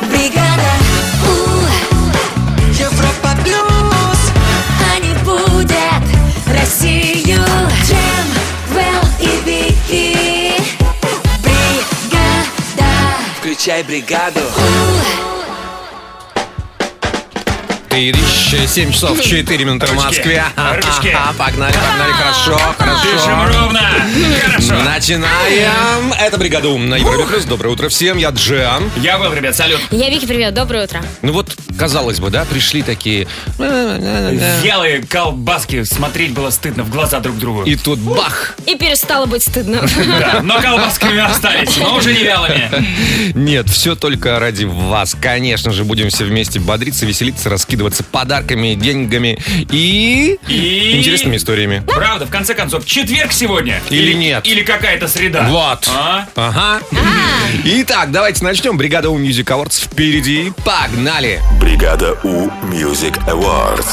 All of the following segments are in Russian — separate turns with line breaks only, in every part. а
Vai, brigado.
Ирища, 7 часов 4 минуты в
Ручки,
Москве.
ручки.
Погнали, погнали, хорошо,
Дышим
хорошо.
ровно. Хорошо.
Начинаем. Это бригада на Европе Плюс. Доброе утро всем. Я Джем.
Я был, ребят, салют.
Я Вики, привет, доброе утро.
Ну вот, казалось бы, да, пришли такие. э,
Белые колбаски. Смотреть было стыдно в глаза друг другу.
И тут бах!
И перестало быть стыдно.
Да, но колбасками остались, но уже не вялыми.
Нет, все только ради вас. Конечно же, будем все вместе бодриться, веселиться, раскидываться подарками, деньгами и,
И-
интересными историями.
Правда, в конце концов, четверг сегодня.
Или нет.
Или какая-то среда.
Вот.
А?
Ага.
А.
Итак, давайте начнем. Бригада у Music Awards впереди. Погнали!
Бригада У Music Awards.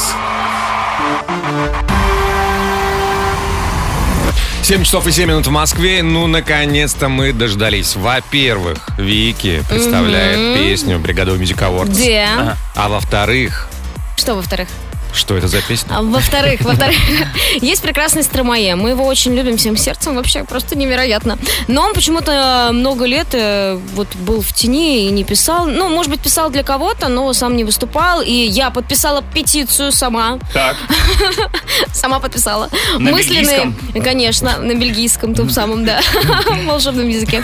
7 часов и 7 минут в Москве. Ну, наконец-то мы дождались. Во-первых, Вики представляет песню «Бригада у Music Awards».
Где?
А во-вторых,
Что во-вторых?
что это за песня?
А Во-вторых, во-вторых, есть прекрасный Стромае. Мы его очень любим всем сердцем, вообще просто невероятно. Но он почему-то много лет э, вот был в тени и не писал. Ну, может быть, писал для кого-то, но сам не выступал. И я подписала петицию сама.
Так,
Сама подписала.
На
Мысленные,
бельгийском?
конечно, на бельгийском том самом, да, волшебном языке.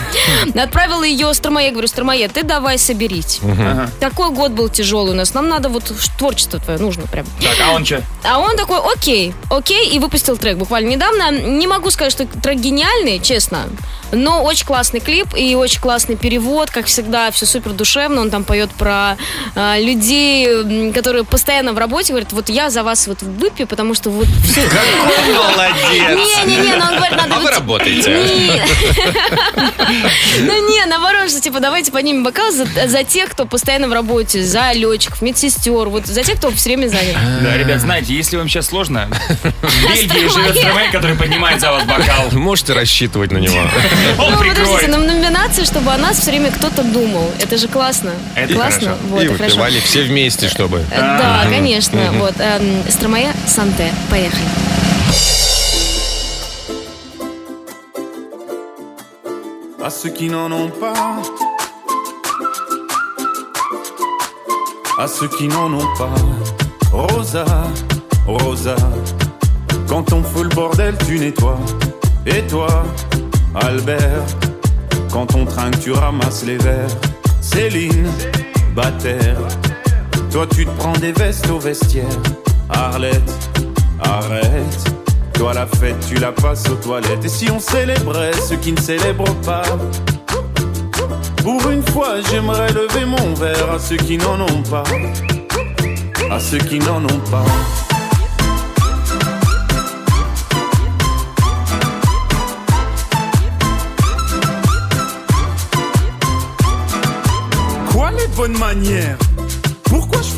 Отправила ее Стромае, говорю, Стромае, ты давай соберись. Такой год был тяжелый у нас, нам надо вот творчество твое нужно прям.
так, а он что?
А он такой, окей, окей, и выпустил трек буквально недавно. Не могу сказать, что трек гениальный, честно, но очень классный клип и очень классный перевод, как всегда, все супер душевно. Он там поет про э, людей, м, которые постоянно в работе говорят, вот я за вас вот выпью, потому что вот А, все...
Молодец!
Не-не-не, но он говорит, надо...
А вы
вот-
работаете.
Не. Ну не, наоборот, что типа давайте поднимем бокал за, за тех, кто постоянно в работе, за летчиков, медсестер, вот за тех, кто все время занят.
Да, ребят, знаете, если вам сейчас сложно, в Бельгии живет Стромей, который поднимает за вас бокал.
Можете рассчитывать на него.
Он
Ну, подождите,
прикроет.
нам номинация, чтобы о нас все время кто-то думал. Это же классно.
Это
классно.
хорошо.
Вот,
И
это хорошо.
выпивали все вместе, чтобы...
Э, Да, конечно. Вот. эм, Стромая, Санте. Поехали.
à ceux qui n'en ont pas, à ceux qui n'en ont pas. Rosa, Rosa, quand on fout le bordel, tu nettoies. Et toi, Albert, quand on trinque, tu ramasses les verres. Céline, Bataire, toi tu te prends des vestes au vestiaire. Arlette, arrête. Toi la fête, tu la passes aux toilettes. Et si on célébrait ceux qui ne célèbrent pas Pour une fois, j'aimerais lever mon verre à ceux qui n'en ont pas. À ceux qui n'en ont pas.
Quoi les bonnes manières Pourquoi je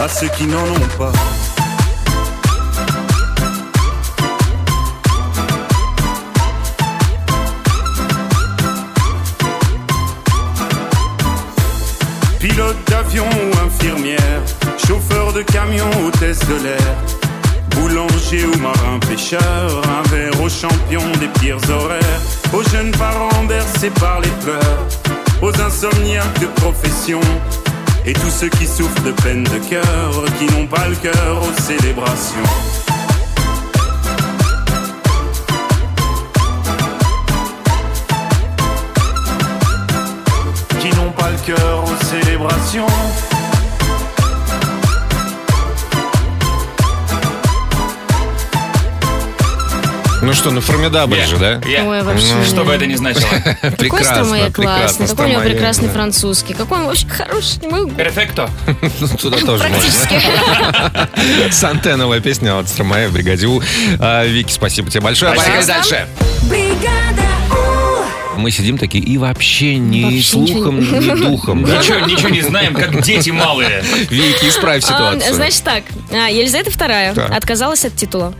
À ceux qui n'en ont pas.
Pilote d'avion ou infirmière, chauffeur de camion, hôtesse de l'air,
boulanger ou marin pêcheur, un verre aux champions des pires horaires, aux jeunes parents bercés par les pleurs, aux insomniaques de profession, et tous ceux qui souffrent de peine de cœur, qui n'ont pas le cœur aux célébrations. qui n'ont pas le cœur aux célébrations.
Ну что, ну формидабль же, да?
Я-
Ой, вообще.
Что бы это ни значило.
Какой Стамая
Ну, Прекрасно,
классный,
прекрасно.
какой у него
Стамая,
прекрасный
да.
французский, какой он очень хороший, не могу.
Перфекто.
Ну, Туда тоже можно.
Практически.
Санте, новая песня от Стромая в бригаде У. А, Вики, спасибо тебе большое.
Спасибо.
Поехали дальше. Мы сидим такие и вообще ни
Вообще
слухом, ни духом. да?
Ничего, ничего не знаем, как дети малые.
Вики, исправь
А,
ситуацию.
Значит так, а, Елизавета вторая
Так.
отказалась от титула.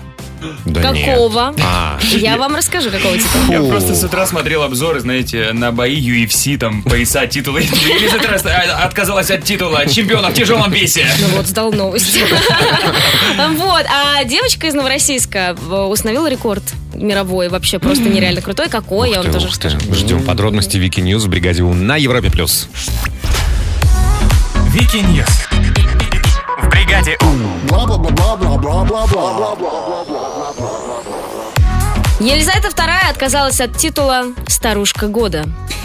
Да нет.
Какого?
А.
Я вам расскажу, какого титула.
Я
Фу.
просто с утра смотрел обзоры, знаете, на бои UFC, там, пояса, титулы. Елизавета Рас- а, отказалась от титула чемпиона в тяжелом весе.
Ну вот, сдал новость. Вот, а девочка из Новороссийска э, установила рекорд мировой, вообще просто нереально крутой. Какой, я вам
Ты,
тоже
ух ты.
расскажу.
Ждем подробности Вики Ньюс в бригаде У на Европе плюс.
Вики Ньюс. В бригаде У.
Елизавета вторая отказалась от титула «Старушка года».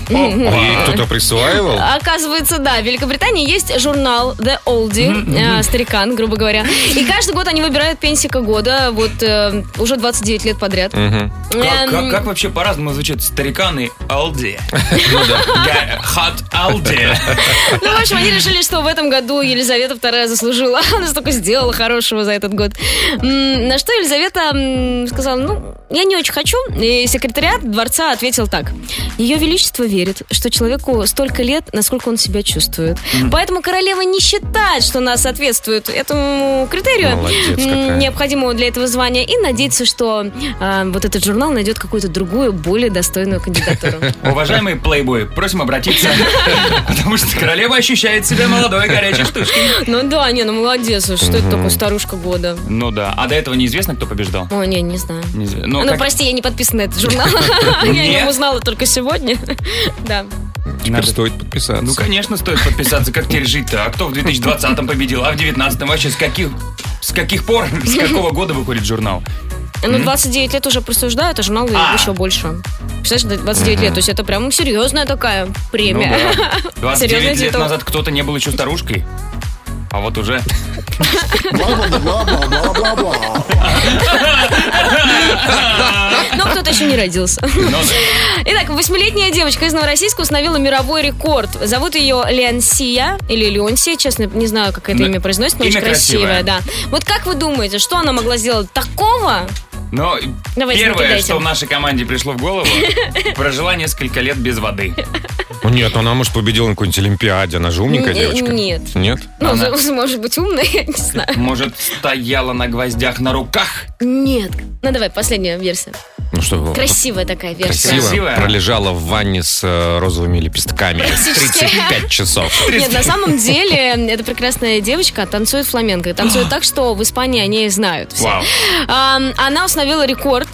Ей кто-то присваивал?
А, Оказывается, да, в Великобритании есть журнал The Oldie, э, старикан, грубо говоря. И каждый год они выбирают пенсика года, вот э, уже 29 лет подряд.
Как, как-
Эм,
как вообще по-разному звучит стариканы Алди? Ну Хат Алди.
Ну, в общем, они решили, что в этом году Елизавета II заслужила. Она столько сделала хорошего за этот год. М, На что Елизавета м, сказала, ну, я не очень хочу. И секретариат дворца ответил так. Ее Величество верит, что человеку столько лет, насколько он себя чувствует. Поэтому королева не считает, что она соответствует этому критерию,
Молодец
м,
какая.
необходимому для этого звания, и надеется, что а, вот этот журнал найдет какую-то другую, более достойную кандидатуру.
Уважаемый плейбой, просим обратиться, потому что королева ощущает себя молодой горячей штучкой.
Ну да, не, ну молодец, что это такое старушка года.
Ну да, а до этого неизвестно, кто побеждал.
О, Ну, не, не знаю.
Не зна-
Ну,
Ну, как- Ну,
прости, я не подписана на этот журнал. Я о
Нет.
нем узнала только сегодня. Да.
Теперь
надо-
стоит подписаться.
Ну, конечно, стоит подписаться. Как теперь жить-то? А кто в 2020-м победил? А в 19-м вообще с каких... С каких пор, с какого года выходит журнал?
Ну, 29 лет уже присуждают, а журнал
А.
еще больше. Представляешь, 29 лет. То есть это прям серьезная такая
Ну
премия.
да. 29
Серьезный
лет
титул.
назад кто-то не был еще старушкой. А вот уже.
Но кто-то еще не родился.
Ну да.
Итак, восьмилетняя девочка из Новороссийска установила мировой рекорд. Зовут ее Ленсия или Леонсия, честно, не знаю, как это
Ну,
имя произносится, но
имя
очень
красивое.
красивое. Да. Вот как вы думаете, что она могла сделать такого?
Но
Давайте,
первое,
накидайте.
что в нашей команде пришло в голову, прожила несколько лет без воды.
Ну, Нет, она, может, победила на какой-нибудь Олимпиаде. Она же умненькая
Н-
девочка.
нет.
Нет?
Ну,
Она-
может быть, умная, я не знаю.
Может, стояла на гвоздях на руках?
Нет. Ну давай, последняя версия.
Ну что,
Красивая такая версия.
красиво
Красивая.
пролежала в ванне с э, розовыми лепестками.
Практически.
35 часов.
Нет, на самом деле, эта прекрасная девочка а танцует фламенко. И Танцует так, что в Испании о ней знают. все.
Вау.
Ам, Она установила рекорд,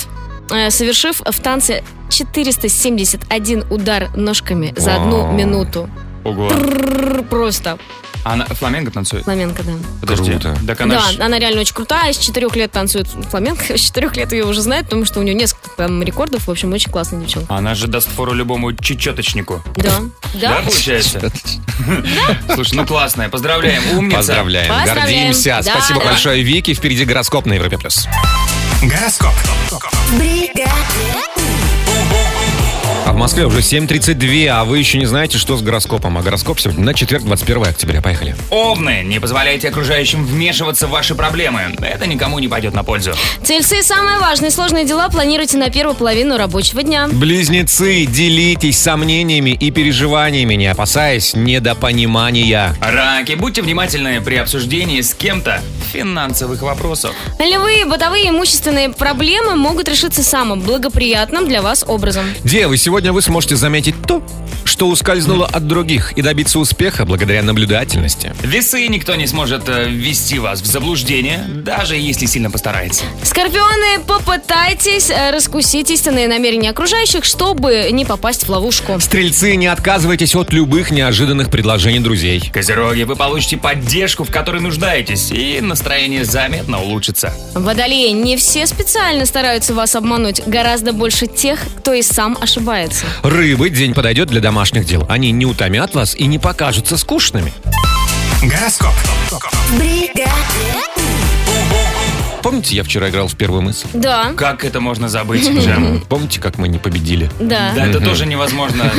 э, совершив в танце 471 удар ножками за одну
Вау.
минуту.
Ого.
Пр- Просто
Она фламенго танцует?
фламенко, да.
Подожди.
Круто.
Так она ж-
Да, она реально очень крутая. С четырех лет танцует фламенко. С четырех лет ее уже знают, потому что у нее несколько там рекордов. В общем, очень классная девчонка.
Она же даст фору любому чечеточнику.
Да. Да.
получается? Слушай, ну классная. Поздравляем. Умница.
Поздравляем.
Поздравляем.
Гордимся.
Да,
Спасибо
да.
большое, Вики. Впереди гороскоп на Европе+. плюс.
Гороскоп.
А в Москве уже 7.32, а вы еще не знаете, что с гороскопом. А гороскоп сегодня на четверг, 21 октября. Поехали.
Овны, не позволяйте окружающим вмешиваться в ваши проблемы. Это никому не пойдет на пользу.
Тельцы самые важные сложные дела планируйте на первую половину рабочего дня.
Близнецы, делитесь сомнениями и переживаниями, не опасаясь недопонимания.
Раки, будьте внимательны при обсуждении с кем-то финансовых вопросов.
Львы, бытовые имущественные проблемы могут решиться самым благоприятным для вас образом.
Девы, сегодня Сегодня вы сможете заметить то, что ускользнуло от других и добиться успеха благодаря наблюдательности.
Весы никто не сможет э, ввести вас в заблуждение, даже если сильно постарается.
Скорпионы, попытайтесь э, раскусить истинные намерения окружающих, чтобы не попасть в ловушку.
Стрельцы, не отказывайтесь от любых неожиданных предложений друзей.
Козероги, вы получите поддержку, в которой нуждаетесь, и настроение заметно улучшится.
Водолеи, не все специально стараются вас обмануть. Гораздо больше тех, кто и сам ошибается.
Рыбы день подойдет для домашних дел. Они не утомят вас и не покажутся скучными.
Гороскоп.
Помните, я вчера играл в первую мысль?
Да,
Как это можно забыть, Джем?
Помните, как мы не победили?
да.
Да, это тоже невозможно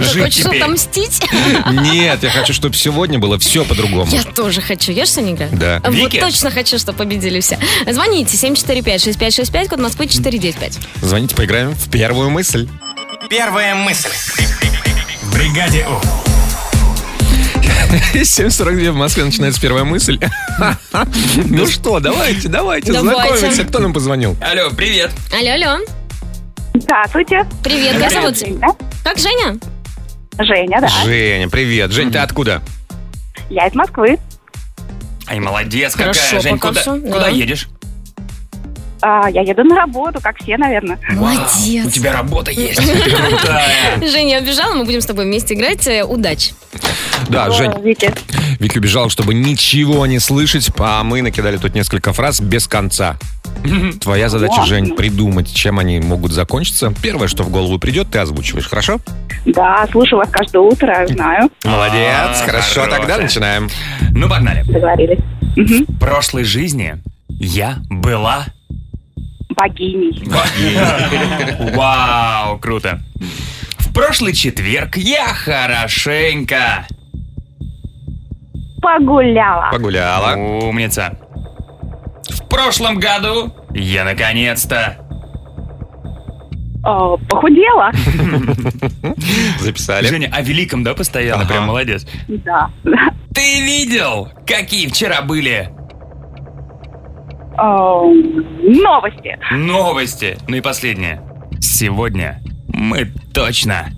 жить
Хочешь
теперь.
отомстить?
Нет, я хочу, чтобы сегодня было все по-другому.
Я тоже хочу. Я же сегодня играю.
Да.
Вот
Вики?
точно хочу, чтобы победили все. Звоните 745-6565, код Москвы 495.
Звоните, поиграем в первую мысль.
Первая мысль. В бригаде У.
7.42 в Москве начинается первая мысль. Ну что, давайте, давайте,
Давайте.
знакомимся. Кто нам позвонил?
Алло, привет.
Алло, алло.
Здравствуйте.
Привет, как зовут?
Женя.
Как, Женя?
Женя, да.
Женя, привет. Жень, ты откуда?
Я из Москвы.
Ай, молодец,
Хорошо,
какая, Жень.
пока
Куда,
всё,
куда
да.
едешь?
А, я еду на работу, как все, наверное.
У
Молодец.
тебя работа есть. Ты крутая.
Женя обижала, мы будем с тобой вместе играть. Э, Удачи.
Да, А, Жень,
Э, Вики.
Вики убежал, чтобы ничего не слышать, а мы накидали тут несколько фраз без конца. Твоя задача, Жень, придумать, чем они могут закончиться. Первое, что в голову придет, ты озвучиваешь, хорошо?
Да, слушаю вас каждое утро, знаю.
Молодец,
А,
хорошо,
хорошая.
тогда начинаем.
Ну, погнали.
Договорились. Мгм.
В прошлой жизни я была...
Богиней.
Вау, круто. В прошлый четверг я хорошенько...
Погуляла.
Ну,
Погуляла.
Умница. В прошлом году я наконец-то...
Э, похудела.
Записали.
Женя, о великом, да, постоянно?
Ага.
Прям молодец.
Да.
Ты видел, какие вчера были
Э, Новости.
новости? Ну и последнее. Сегодня мы точно...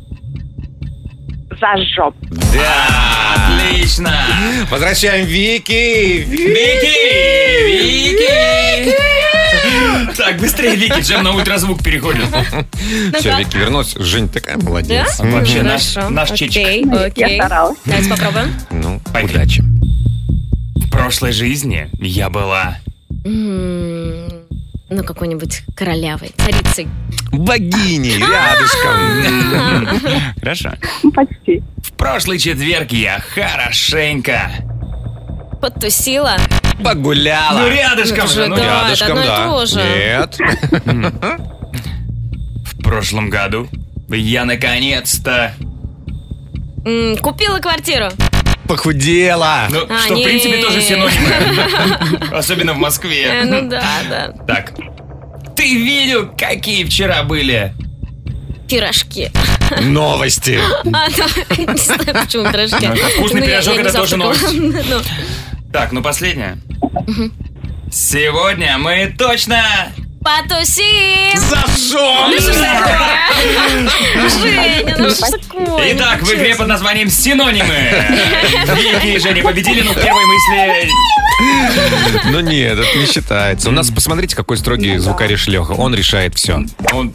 Зажжем.
Да, отлично!
Возвращаем Вики.
Вики! Вики! Так, быстрее, Вики, Джем на ультразвук переходит.
Все, Вики вернулась. Жень такая
Да?
молодец.
Вообще, наш-
Хорошо.
наш
Окей, окей.
Я старалась.
Давайте попробуем.
Ну,
Поехали.
удачи.
В прошлой жизни я была...
М, Ну, какой-нибудь королявой, царицей.
Богини
А!
рядышком.
Хорошо.
Ну, Почти.
В прошлый четверг я хорошенько...
Подтусила.
Погуляла.
Ну, рядышком
Это же
же, ну,
да.
я-
Рядышком,
А, это одно
да.
и то же.
Нет.
В прошлом году я наконец-то...
М, Купила квартиру.
Похудела.
Ну,
А,
что, в принципе,
нет.
тоже синонимы. Особенно в
Э,
Москве.
Ну да, да.
Так. Ты видел, какие вчера были?
Пирожки.
Новости.
А, да, не знаю, почему пирожки.
Ну, это вкусный
Ну, я-
пирожок,
я не
это тоже
завтракала. Ну,
Так, ну последнее. Сегодня мы точно...
Потусим! Ну, что ж
Зажжем.
такое? Женя, ну что ж такое?
Итак,
Ну,
в игре
честно.
под названием «Синонимы». Вики и Женя победили, но в первой мысли... э,
Ну нет, это не считается. У нас, посмотрите, какой
Ну
строгий звукарь Леха. Он решает все.
Он...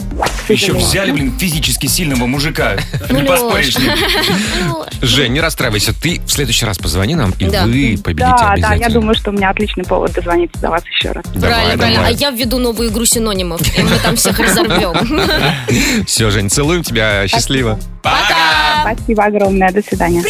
Еще взяли, блин, физически сильного мужика. Не
Лёш.
поспоришь. Ник.
Жень, не расстраивайся. Ты в следующий раз позвони нам, и
Да.
вы победите
Да, да,
обязательно.
я думаю, что у меня отличный повод дозвониться до вас еще раз.
Давай,
Правильно, правильно. А
давай.
я введу новую игру синонимов, и мы там всех разорвем.
Все, Жень, целуем тебя. Счастливо.
Пока!
Спасибо огромное. До свидания.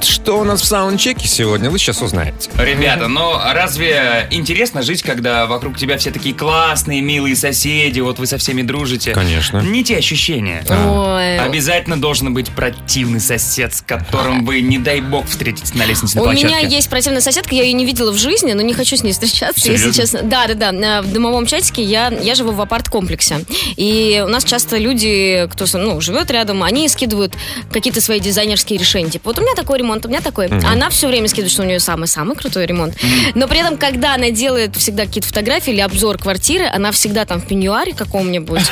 Что у нас в саундчеке сегодня, вы сейчас узнаете.
Ребята, но разве интересно жить, когда вокруг тебя все такие классные, милые соседи, вот вы со всеми дружите?
Конечно.
Не те ощущения. а
Ой.
Обязательно должен быть противный сосед, с которым вы, не дай бог, встретитесь на лестничной
У
площадке.
меня есть противная соседка, я ее не видела в жизни, но не хочу с ней встречаться, если
Серьезно?
честно. Да, да, да. Э, В домовом чатике я, я живу в апарт-комплексе. И у нас часто люди, кто со- ну, живет рядом, они скидывают какие-то свои дизайнерские решения. Типа, вот у меня такой ремонт, у меня меня такой, она все время скидывает, что у нее самый-самый крутой ремонт. Но при этом, когда она делает всегда какие-то фотографии или обзор квартиры, она всегда там в пеньюаре каком-нибудь.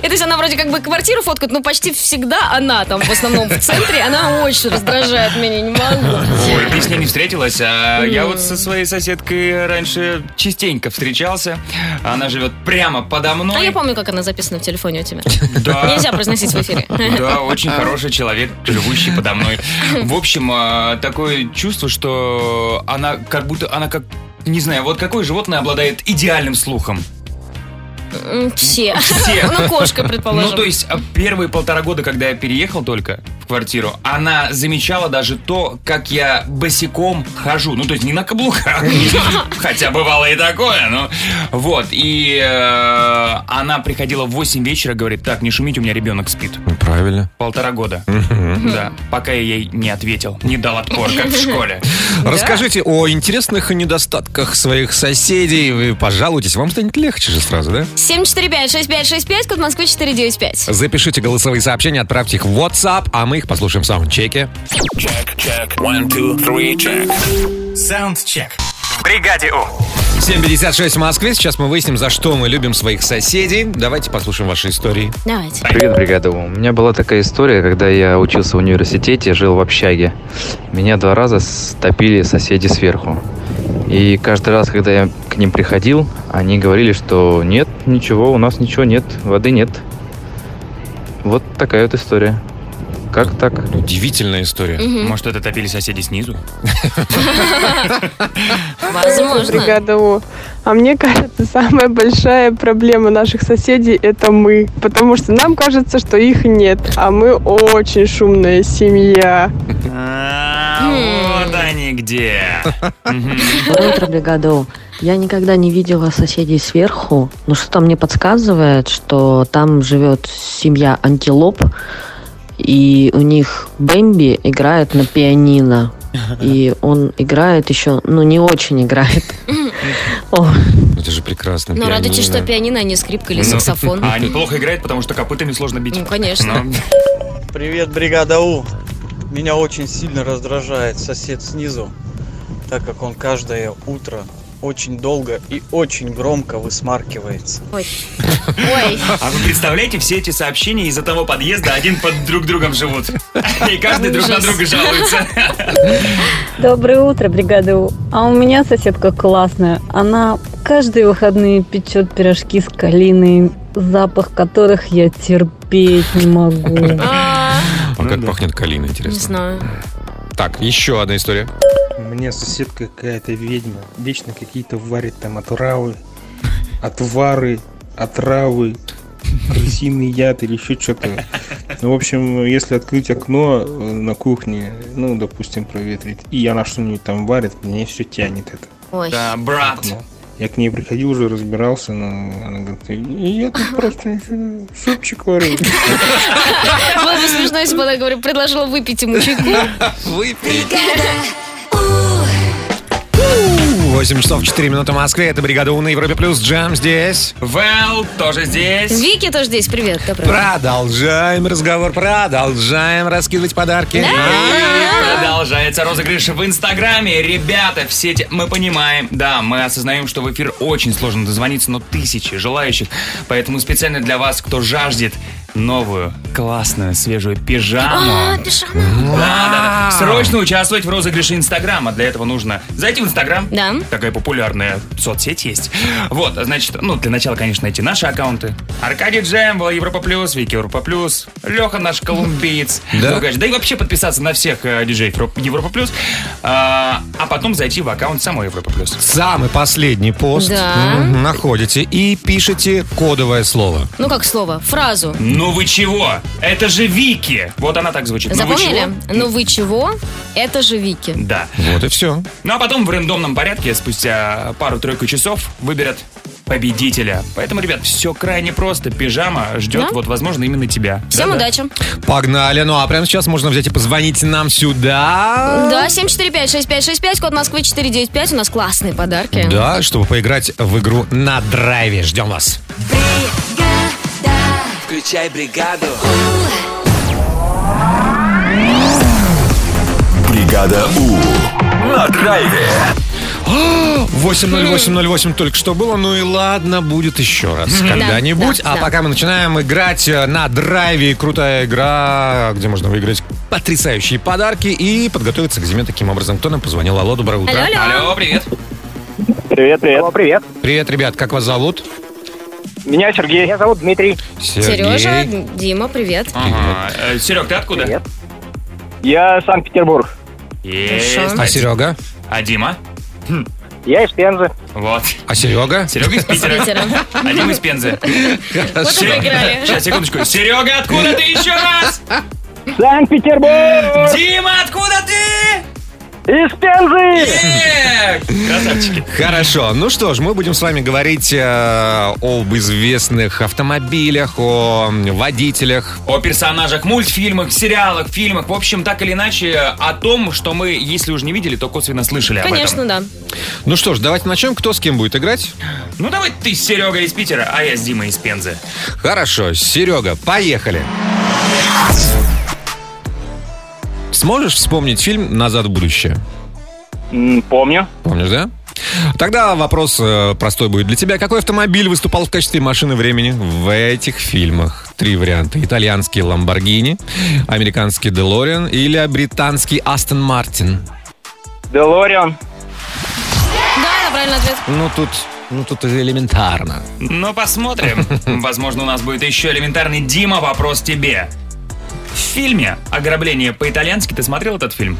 И, То есть она вроде как бы квартиру фоткает, но почти всегда она там в основном в центре. Она очень раздражает меня, не могу.
Ой, ты с ней не встретилась, а я вот со своей соседкой раньше частенько встречался. Она живет прямо подо мной.
А я помню, как она записана в телефоне у тебя.
Да.
Нельзя произносить в эфире.
Да, очень хороший человек, живущий подо мной. В общем, а, такое чувство, что она как будто, она как, не знаю, вот какое животное обладает идеальным слухом.
М, Все.
Все.
Ну, кошка, предположим.
Ну, то есть, а, первые полтора года, когда я переехал только в квартиру, она замечала даже то, как я босиком хожу. Ну, то есть, не на каблуках. Хотя бывало и такое, но... Вот, и э, она приходила в 8 вечера, говорит, так, не шумите, у меня ребенок спит.
Ну, Правильно.
Полтора года. Да, пока я ей не ответил, не дал отпор, как в школе.
Расскажите о интересных и недостатках своих соседей. Вы пожалуйтесь, вам станет легче же сразу, да?
745-6565, код Москвы 495.
Запишите голосовые сообщения, отправьте их в WhatsApp, а мы их послушаем в саундчеке.
Check, check, one, two, three, check.
Саундчек. В бригаде У.
7.56 в Москве. Сейчас мы выясним, за что мы любим своих соседей. Давайте послушаем ваши истории.
Давайте.
Привет, бригада. У меня была такая история, когда я учился в университете, жил в общаге. Меня два раза стопили соседи сверху. И каждый раз, когда я к ним приходил, они говорили, что нет, ничего, у нас ничего нет, воды нет. Вот такая вот история. Как так?
Ну, Удивительная история.
Может, это топили соседи снизу?
Возможно.
бригада У. А мне кажется, самая большая проблема наших соседей – это мы. Потому что нам кажется, что их нет. А мы очень шумная семья.
Хм.
А, Вот они где.
Доброе утро, бригада У. Я никогда не видела соседей сверху, но что-то мне подсказывает, что там живет семья антилоп, и у них Бэмби играет на пианино. И он играет еще, ну не очень играет. О,
Это же прекрасно.
Но
пианино.
Ну, радуйтесь, что пианино, а не скрипка или
Ну,
саксофон.
А неплохо играет, потому что копытами сложно бить.
Ну, конечно.
Но-
Привет, бригада У. Меня очень сильно раздражает сосед снизу, так как он каждое утро очень долго и очень громко высмаркивается.
Ой. Ой.
А вы представляете, все эти сообщения из одного подъезда один под друг другом живут. И каждый друг на
Ужас.
друга жалуется.
Доброе утро, бригада У. А у меня соседка классная. Она
Ну.
каждые выходные печет пирожки с калиной, запах которых я терпеть не могу.
А,
А как пахнет калина,
Не
интересно.
знаю.
Так, еще одна история.
Мне соседка какая-то ведьма, вечно какие-то варит там отравы, отвары, отравы, крысиный яд или еще что-то. Ну, в общем, если открыть окно э, на кухне, ну, допустим, проветрить, и она что-нибудь там варит, мне все тянет это.
Ой.
Да, А, брат.
Я к ней приходил уже, разбирался, но она говорит, я тут просто ничего, супчик варю.
Было бы смешно, если бы она говорю, предложила выпить ему чайку.
Выпей. 8 часов 4 минуты в Москве. Это бригада У на Европе Плюс. Джем здесь.
Вэл тоже здесь.
Вики тоже здесь. Привет. Доброе утро.
Продолжаем разговор. Продолжаем раскидывать подарки.
И Продолжается розыгрыш в Инстаграме. Ребята, все эти... Мы понимаем, да, мы осознаем, что в эфир очень сложно дозвониться, но тысячи желающих. Поэтому специально для вас, кто жаждет новую, классную, свежую пижаму.
А, пижама.
Да, да, да. Срочно участвовать в розыгрыше Инстаграма. Для этого нужно зайти в Инстаграм.
Да.
Такая популярная соцсеть есть. Вот, а значит, ну, для начала, конечно, найти наши аккаунты. Аркадий Джем, Вла Европа Плюс, Вики Европа Плюс, Леха наш колумбиец.
Да.
Ну, конечно, да и вообще подписаться на всех э, диджеев Ру- Европа Плюс. А, а потом зайти в аккаунт самой Европа Плюс.
Самый последний пост
Да.
Мгм. находите и пишите кодовое слово.
Ну, как слово? Фразу.
Ну вы чего? Это же Вики! Вот она так звучит. Ну вы
Запомнили?
чего?
Ну вы чего? Это же Вики.
Да.
Вот и все.
Ну а потом в рандомном порядке, спустя пару-тройку часов, выберут победителя. Поэтому, ребят, все крайне просто. Пижама ждет,
Да?
вот, возможно, именно тебя.
Всем
Да-да.
удачи.
Погнали. Ну а прямо сейчас можно взять и позвонить нам сюда.
Да, 745-6565, код Москвы 495. У нас классные подарки.
Да, чтобы поиграть в игру на драйве. Ждем вас.
Бригада Бригада У на драйве.
80808 только что было, ну и ладно, будет еще раз
Мгм.
когда-нибудь.
Да,
а
да.
пока мы начинаем играть э, на драйве. Крутая игра, где можно выиграть потрясающие подарки и подготовиться к зиме таким образом. Кто нам позвонил? Алло, доброе утро.
Алло, алло. Алло, привет.
Привет, привет. привет.
Привет, ребят, как вас зовут?
Меня Сергей. Меня зовут Дмитрий.
Сережа, Дима, привет.
Ага. Э, Серег, ты откуда?
Я Санкт-Петербург.
Есть.
А Серега?
А Дима?
Я из Пензы.
Вот.
А Серега?
Серега из Питера.
Питера.
А Дима из Пензы.
Вот
и проиграли.
Сейчас, секундочку. Серега, откуда ты еще раз?
Санкт-Петербург!
Дима, откуда ты?
Из Пензы!
Э, Красавчики.
Хорошо. Ну что ж, мы будем с вами говорить э, об известных автомобилях, о водителях.
О персонажах, мультфильмах, сериалах, фильмах. В общем, так или иначе, о том, что мы, если уже не видели, то косвенно слышали
Конечно,
об этом.
да.
Ну что ж, давайте начнем. Кто с кем будет играть?
Ну, давай ты с Серегой из Питера, а я с Димой из Пензы.
Хорошо, Серега, поехали. Сможешь вспомнить фильм «Назад в будущее»?
Помню.
Помнишь, да? Тогда вопрос э, простой будет для тебя. Какой автомобиль выступал в качестве машины времени в этих фильмах? Три варианта. Итальянский «Ламборгини», американский «Делориан» или британский «Астон Мартин».
Делориан.
Да, это правильный ответ.
Ну, тут, ну, тут элементарно.
Ну, посмотрим. Возможно, у нас будет еще элементарный Дима вопрос тебе. В фильме «Ограбление по-итальянски» ты смотрел этот фильм?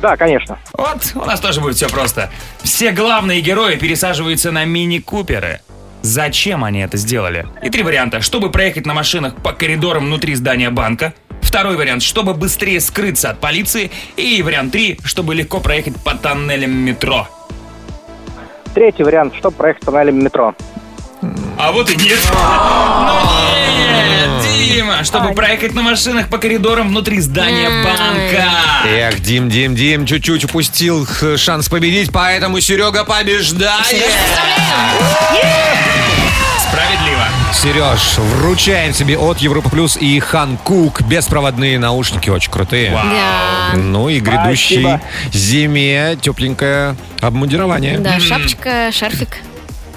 Да, конечно.
Вот, у нас тоже будет все просто. Все главные герои пересаживаются на мини-куперы. Зачем они это сделали? И три варианта. Чтобы проехать на машинах по коридорам внутри здания банка. Второй вариант, чтобы быстрее скрыться от полиции. И вариант три, чтобы легко проехать по тоннелям метро.
Третий вариант, что проехать тоннелем метро.
А вот и нет. Ну нет, Дима, чтобы проехать на машинах по коридорам внутри здания банка.
Эх, Дим, Дим, Дим, чуть-чуть упустил х, шанс победить, поэтому Серега побеждает.
Справедливо.
Сереж, вручаем тебе от Европа Плюс и Ханкук беспроводные наушники, очень крутые.
Вау.
Да.
Ну и грядущей
Спасибо.
зиме тепленькое обмундирование.
Да, шапочка, шарфик.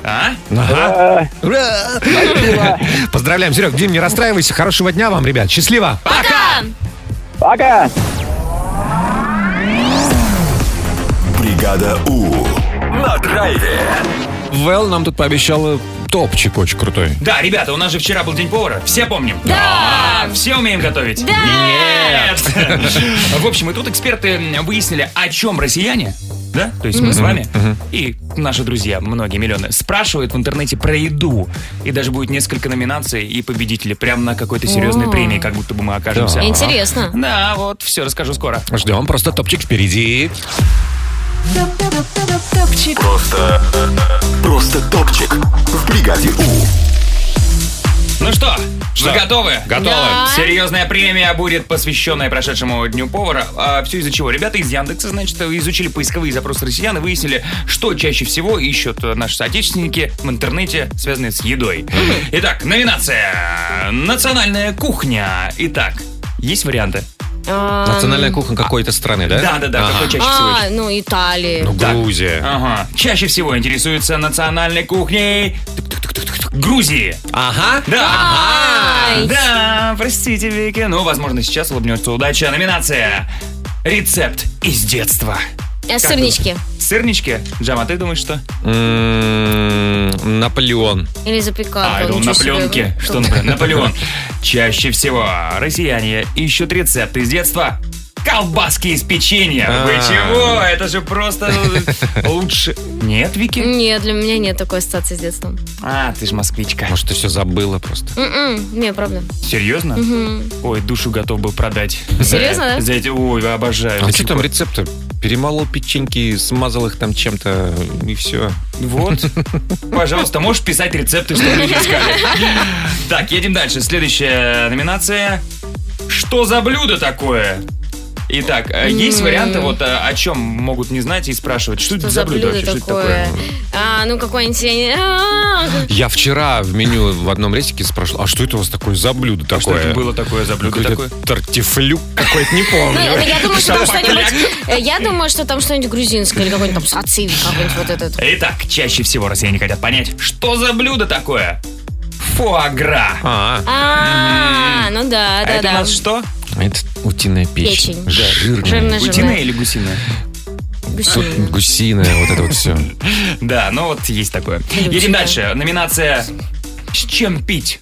А?
Ага. Ура! Поздравляем, Серег, Дим, не расстраивайся. Хорошего дня вам, ребят. Счастливо.
Пока!
Пока!
Бригада У на драйве.
Вэл нам тут пообещала топчик очень крутой.
Да, ребята, у нас же вчера был день повара. Все помним? Да. Все умеем готовить? Да. Нет. В общем, и тут эксперты выяснили, о чем россияне, да, то есть мы с вами, и наши друзья, многие миллионы, спрашивают в интернете про еду. И даже будет несколько номинаций и победители прямо на какой-то серьезной
О.
премии, как будто бы мы окажемся.
Да.
Интересно.
Да, вот, все расскажу скоро.
Ждем, просто топчик впереди.
Топчик.
Просто, просто топчик в бригаде У.
Ну что, вы готовы?
Готовы. Да.
Серьезная премия будет посвященная прошедшему Дню повара. все из-за чего? Ребята из Яндекса, значит, изучили поисковые запросы россиян и выяснили, что чаще всего ищут э, наши соотечественники в интернете, связанные с едой. Итак, номинация «Национальная кухня». Итак, есть варианты?
А,
Национальная кухня какой-то страны, да?
Да, да, да,
Ага.
какой чаще всего
А, ну, Италия.
Ну, Грузия.
Ага. Чаще всего интересуются национальной кухней тук-тук-тук-тук-тук, Грузии.
Ага.
Да.
Ай.
Да, простите, Вики. Ну, возможно, сейчас улыбнется удача. Номинация. Рецепт из детства.
А, Сырнички.
Сырнички? Джам, а ты думаешь, что?
М, М-м, Наполеон.
Или запеканка.
А, я думал,
ничего
на
себе.
пленке. Что, например, Наполеон. Чаще всего россияне ищут рецепты из детства. Колбаски из печенья. Вы
А.
чего? Это же просто лучше. Нет, Вики?
Нет, для меня нет такой ассоциации с детством.
А, ты же москвичка.
Может, ты все забыла просто.
М-м, не, правда.
Серьезно?
Мгм.
Ой, душу готов был продать.
Серьезно, да?
За эти, ой, обожаю.
А
До
что
сих
там
пор.
рецепты? Перемолол печеньки, смазал их там чем-то и все.
Вот. Пожалуйста, можешь писать рецепты, что мы не искали. Так, едем дальше. Следующая номинация. Что за блюдо такое? Итак, э, есть
М.
варианты, вот э, о чем могут не знать и спрашивать, что, это за блюдо вообще, что это такое?
А, ну какой-нибудь... я не- А, как-
Я вчера в меню в одном рестике спрашивал, а что это у вас такое за блюдо такое?
А Что это было такое за блюдо
Какой-то
такое?
Тартифлюк какой-то, не
Ну,
помню.
это я думаю, что там
Шапокляк.
что-нибудь... э, Я думаю, что там что-нибудь грузинское или какой-нибудь там сациви, какой-нибудь вот этот.
Итак, чаще всего россияне хотят понять, что за блюдо такое? Фуагра.
А, ну да, да,
М-м. это у
да.
нас что?
Это утиная печень.
Печень.
Жирная.
Жирная, жирная.
или гусиная?
Гусиная.
Гусиная, вот это вот все.
Да, ну вот есть такое. Едем дальше. Номинация «С чем пить?».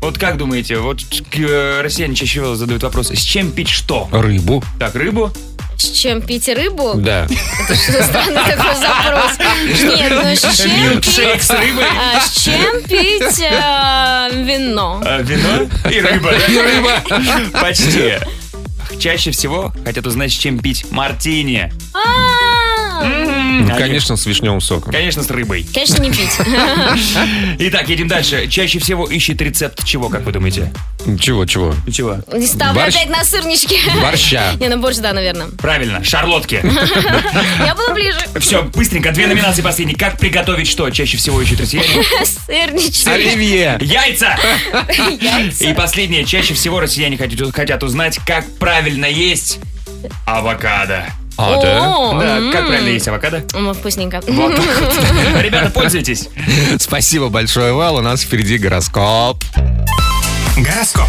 Вот как думаете, вот э, россияне чаще всего задают вопрос, с чем пить что?
Рыбу.
Так, рыбу?
С чем пить рыбу?
Да.
Это что странный такой запрос. Нет, ну с чем
Милкшейк
пить?
с рыбой?
А, С чем пить э, вино?
А, Вино и рыба.
И рыба.
Почти. Чаще всего хотят узнать, с чем пить мартини.
А,
Ну,
А
конечно, с вишневым соком.
Конечно, с рыбой.
Конечно, не пить.
Итак, едем дальше. Чаще всего ищет рецепт чего, как вы думаете?
Чего, чего?
Чего?
Не ставлю
Борщ.
опять на сырнички.
Борща.
Не, на борщ, да, наверное.
Правильно, шарлотки.
Я была ближе.
Все, быстренько, две номинации последние. Как приготовить что? Чаще всего ищут россияне.
Сырнички.
Оливье.
Яйца.
Яйца.
И последнее. Чаще всего россияне хотят, хотят узнать, как правильно есть авокадо.
А, да? О,
Да, как
м.
правильно есть авокадо?
М, Вкусненько.
Вот так вот. Ребята, пользуйтесь.
Спасибо большое, Вал. У нас впереди гороскоп.
Гороскоп.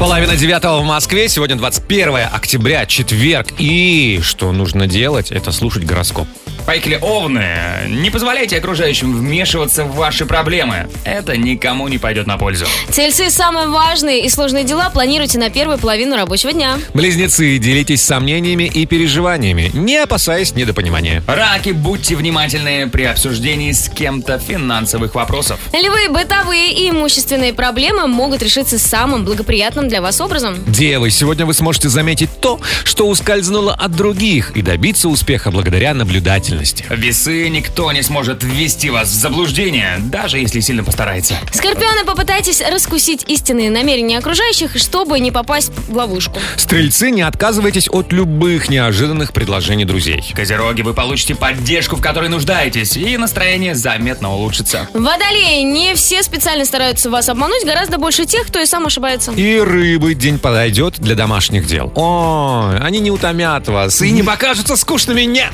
Половина девятого в Москве. Сегодня 21 октября, четверг. И что нужно делать, это слушать гороскоп.
Поехали, овны. Не позволяйте окружающим вмешиваться в ваши проблемы. Это никому не пойдет на пользу.
Тельцы самые важные и сложные дела планируйте на первую половину рабочего дня.
Близнецы, делитесь сомнениями и переживаниями, не опасаясь недопонимания.
Раки, будьте внимательны при обсуждении с кем-то финансовых вопросов.
Львы, бытовые и имущественные проблемы могут решиться самым благоприятным для вас образом.
Девы, сегодня вы сможете заметить то, что ускользнуло от других, и добиться успеха благодаря наблюдательности.
Весы никто не сможет ввести вас в заблуждение, даже если сильно постарается.
Скорпионы, попытайтесь раскусить истинные намерения окружающих, чтобы не попасть в ловушку.
Стрельцы, не отказывайтесь от любых неожиданных предложений друзей.
Козероги, вы получите поддержку, в которой нуждаетесь, и настроение заметно улучшится.
Водолеи, не все специально стараются вас обмануть, гораздо больше тех, кто и сам ошибается.
И рыбы день подойдет для домашних дел. О, они не утомят вас и не покажутся скучными, нет.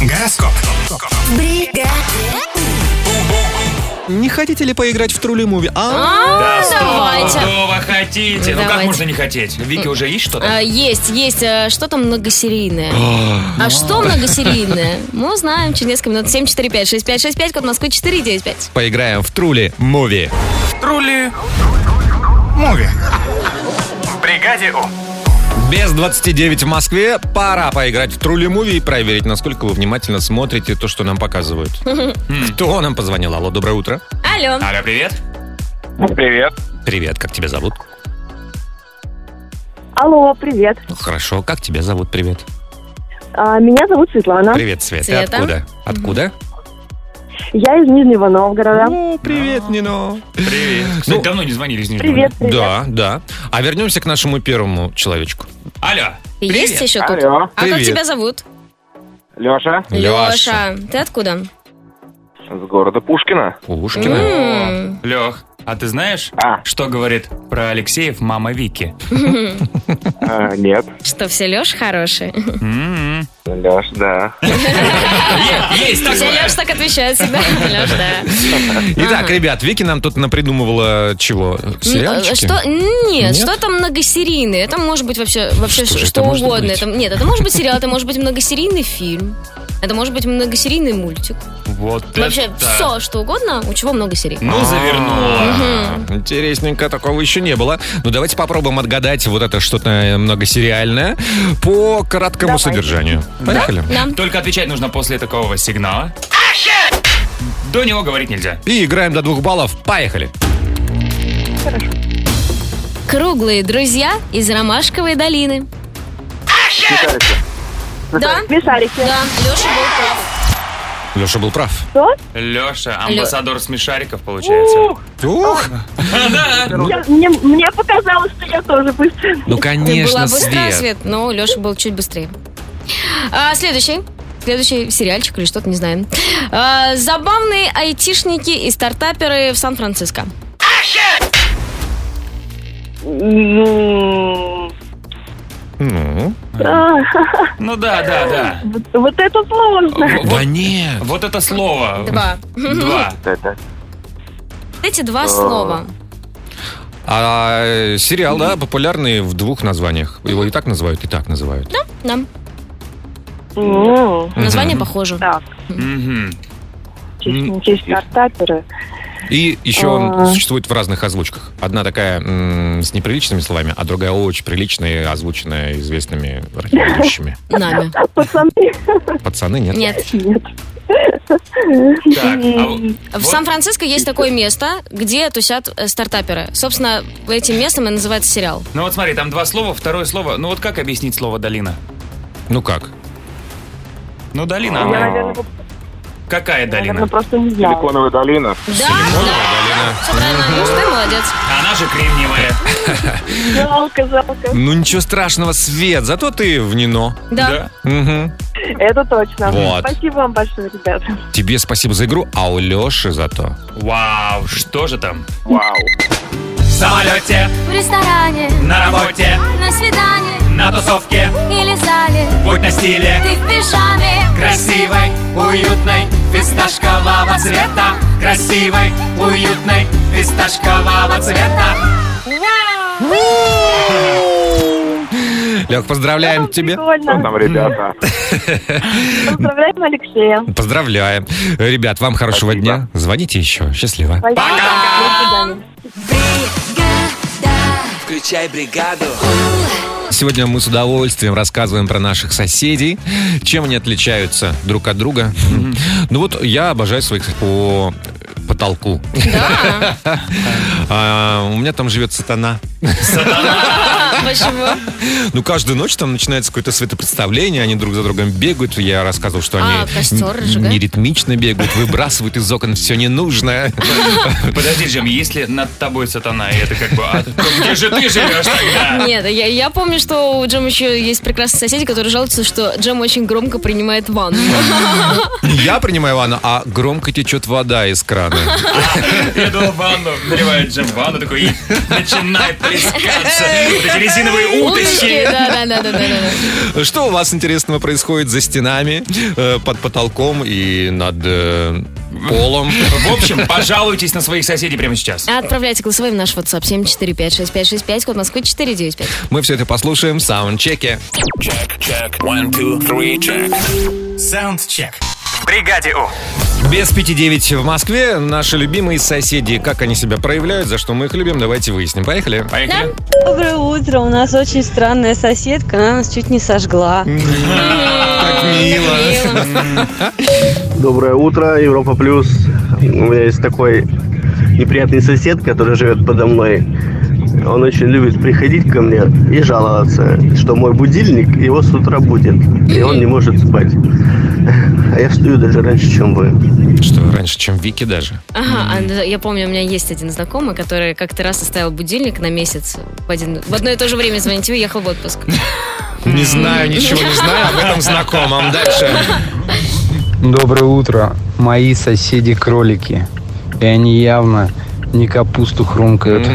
Гороскоп.
Не хотите ли поиграть в Трули Муви?
А,
Да,
давайте.
стопудово хотите. Ну как
Давайте.
можно не хотеть? Вики уже есть
А,
что-то?
есть, есть. а, Что-то многосерийное.
А,
А что многосерийное? Мы узнаем через несколько минут. 745-6565, код Москвы 495.
Поиграем в Трули Муви.
Трули. Муви. В бригаде У.
Без 29 в Москве. Пора поиграть в Трули Муви и проверить, насколько вы внимательно смотрите то, что нам показывают. Кто нам позвонил? Алло, доброе утро.
Алло.
Алло, привет.
Привет. Привет, как тебя зовут?
Алло, привет.
Ну, Хорошо, как тебя зовут? Привет.
А, Меня зовут Светлана.
Привет, Свет. Ты
Света.
откуда? Откуда?
Я из Нижнего Новгорода.
О, привет, Нино.
Привет. Кстати, давно не звонили из Нижнего.
Привет, привет.
Да, да. А вернемся к нашему первому человечку.
Алло.
Есть еще тут?
Алло.
А как
Привет.
тебя зовут?
Леша.
Леша. Ты откуда?
С города Пушкина.
М.
Лех, а ты знаешь, что говорит про Алексеев мама Вики?
нет.
Что, все Леш хорошие?
Леш, да.
Есть
Все
такое.
Леш так отвечает всегда. Леш, да.
Итак, ребят, Вики нам тут напридумывала чего? Сериальчики?
Что? Нет,
Нет?
что-то многосерийное. Это может быть вообще,
Что
вообще что,
же
что
это может
угодно.
быть?
Это, нет, это может быть сериал, это может быть многосерийный фильм. Это может быть многосерийный мультик.
Вот
Ну, Вообще все, что угодно, у чего много серий.
Ну, завернула.
Мгм.
Интересненько, такого еще не было. Ну, давайте попробуем отгадать вот это что-то многосериальное по короткому содержанию. Поехали.
Только отвечать нужно после такого сигнала. До него говорить нельзя.
И играем до двух баллов. Поехали.
Круглые друзья из Ромашковой долины. Да?
Смешарики.
Да,
Леша
Леша был прав.
был прав.
Что?
Леша, амбассадор смешариков, получается.
Ух!
Ух!
Я- мне, мне показалось, что я тоже быстро.
Ну,
Ты
конечно,
была быстрая,
Свет.
Свет, но Леша был чуть быстрее. А, следующий. Следующий сериальчик или что-то, не знаю. А, забавные айтишники и стартаперы в Сан-Франциско.
М,
Ну,
а,
Ну да, да, да.
Вот вот это сложно.
Вот-
нет.
Вот это слово.
Два.
Два.
Вот Эти два слова.
А э, сериал, да, популярный в двух названиях. Его и так называют, и так называют.
Да, да.
М,
Название
Мгм.
похоже.
Так,
Мгм.
честь стартаперы.
И еще он
А.
существует в разных озвучках. Одна такая м, с неприличными словами, а другая очень приличная, и озвученная известными радиоведущими.
Нами.
Пацаны.
Пацаны, нет?
Нет.
Нет.
Так, а вот-
В Сан-Франциско есть такое место, где тусят э, стартаперы. Собственно, этим местом и называется сериал.
Ну вот смотри, там два слова, второе слово. Ну вот как объяснить слово долина?
Ну как?
Ну долина.
Я,
она-
наверное,
Какая долина?
наверное, просто не знала.
Силиконовая долина.
Всё правильно. Ну, что ты молодец.
Она же кремниевая.
Жалко, жалко.
Ну ничего страшного, Свет, зато ты в Нино.
Да.
Мгм.
Это точно.
Вот.
Спасибо вам большое, ребята.
Ну, Тебе спасибо за игру, а у Леши зато.
Вау, что же там?
Вау.
В самолете,
В ресторане,
на работе,
на свидании
на тусовке,
или зале
будь на стиле.
Ты в пижаме
Красивой, уютной, фисташкового цвета. Красивой, уютной, фисташкового цвета.
Лех, поздравляем тебя.
Прикольно.
Нам, ребята.
Поздравляем Алексея.
Поздравляем. Ребят, вам хорошего дня. Звоните еще. Счастливо.
Пока!
Включай бригаду.
Сегодня мы с удовольствием рассказываем про наших соседей, чем они отличаются друг от друга. Ну вот я обожаю своих по потолку. А, У меня там живет сатана.
Почему?
Ну, каждую ночь там начинается какое-то светопредставление, они друг за другом бегают. Я рассказывал, что
А,
они
костер
н-
разжигают?
неритмично бегают, выбрасывают из окон все ненужное.
Подожди, Джим, если над тобой сатана, и это как бы... а, то где же ты живешь тогда?
Нет, я, я помню, что у Джема еще есть прекрасные соседи, которые жалуются, что Джем очень громко принимает ванну.
Не Я принимаю ванну, а громко течет вода из крана.
Я думал, ванну наливает Джим в ванну, такой и начинает плескаться. Вот эти резиновые
Уточки,
уточки.
да, да, да, да, да, да.
Что у вас интересного происходит за стенами, э, под потолком и над э, полом?
В общем, пожалуйтесь на своих соседей прямо сейчас.
А Отправляйте голосовые в наш WhatsApp 7456565, код Москвы 495.
Мы все это послушаем в саундчеке.
Саундчек. В бригаде У.
Без пяти девять в Москве. Наши любимые соседи, как они себя проявляют, за что мы их любим, давайте выясним. Поехали?
Поехали.
Доброе утро. У нас очень странная соседка. Она нас чуть не сожгла.
Как мило.
Доброе утро, Европа Плюс. У меня есть такой неприятный сосед, который живет подо мной. Он очень любит приходить ко мне и жаловаться, что мой будильник его с утра будет, и он не может спать. А я встаю даже раньше, чем вы.
Что, раньше, чем Вики даже?
Ага, а, да, я помню, у меня есть один знакомый, который как-то раз оставил будильник на месяц в, один, в одно и то же время звонить и уехал в отпуск.
Не знаю, ничего не знаю об этом знакомом. Дальше.
Доброе утро, мои соседи кролики. И они явно не капусту хрумкают.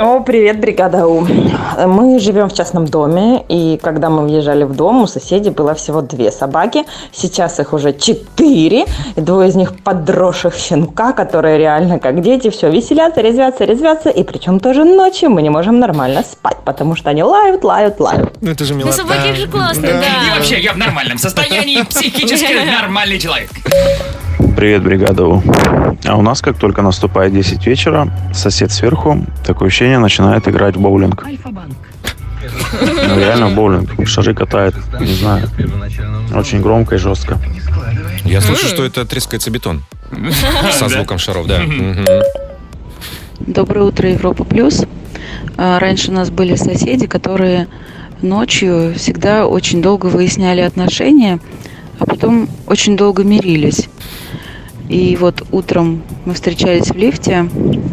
О, привет, бригада У. Мы живем в частном доме, и когда мы въезжали в дом, у соседей было всего две собаки. Сейчас их уже четыре, и двое из них подросших щенка, которые реально как дети, все веселятся, резвятся, резвятся, и причем тоже ночью мы не можем нормально спать, потому что они лают, лают, лают.
Ну это же
Ну, собаки же классные, да.
И вообще, я в нормальном состоянии, психически нормальный человек.
Привет, бригада У. А у нас, как только наступает 10 вечера, сосед сверху, такое ощущение, начинает играть в боулинг. Ну, реально в боулинг. Шары катает, не знаю. Очень громко и жестко.
Я слышу, что это трескается бетон. Со звуком шаров, да. Мгм.
Доброе утро, Европа Плюс. А, Раньше у нас были соседи, которые ночью всегда очень долго выясняли отношения, а потом очень долго мирились. И вот утром мы встречались в лифте,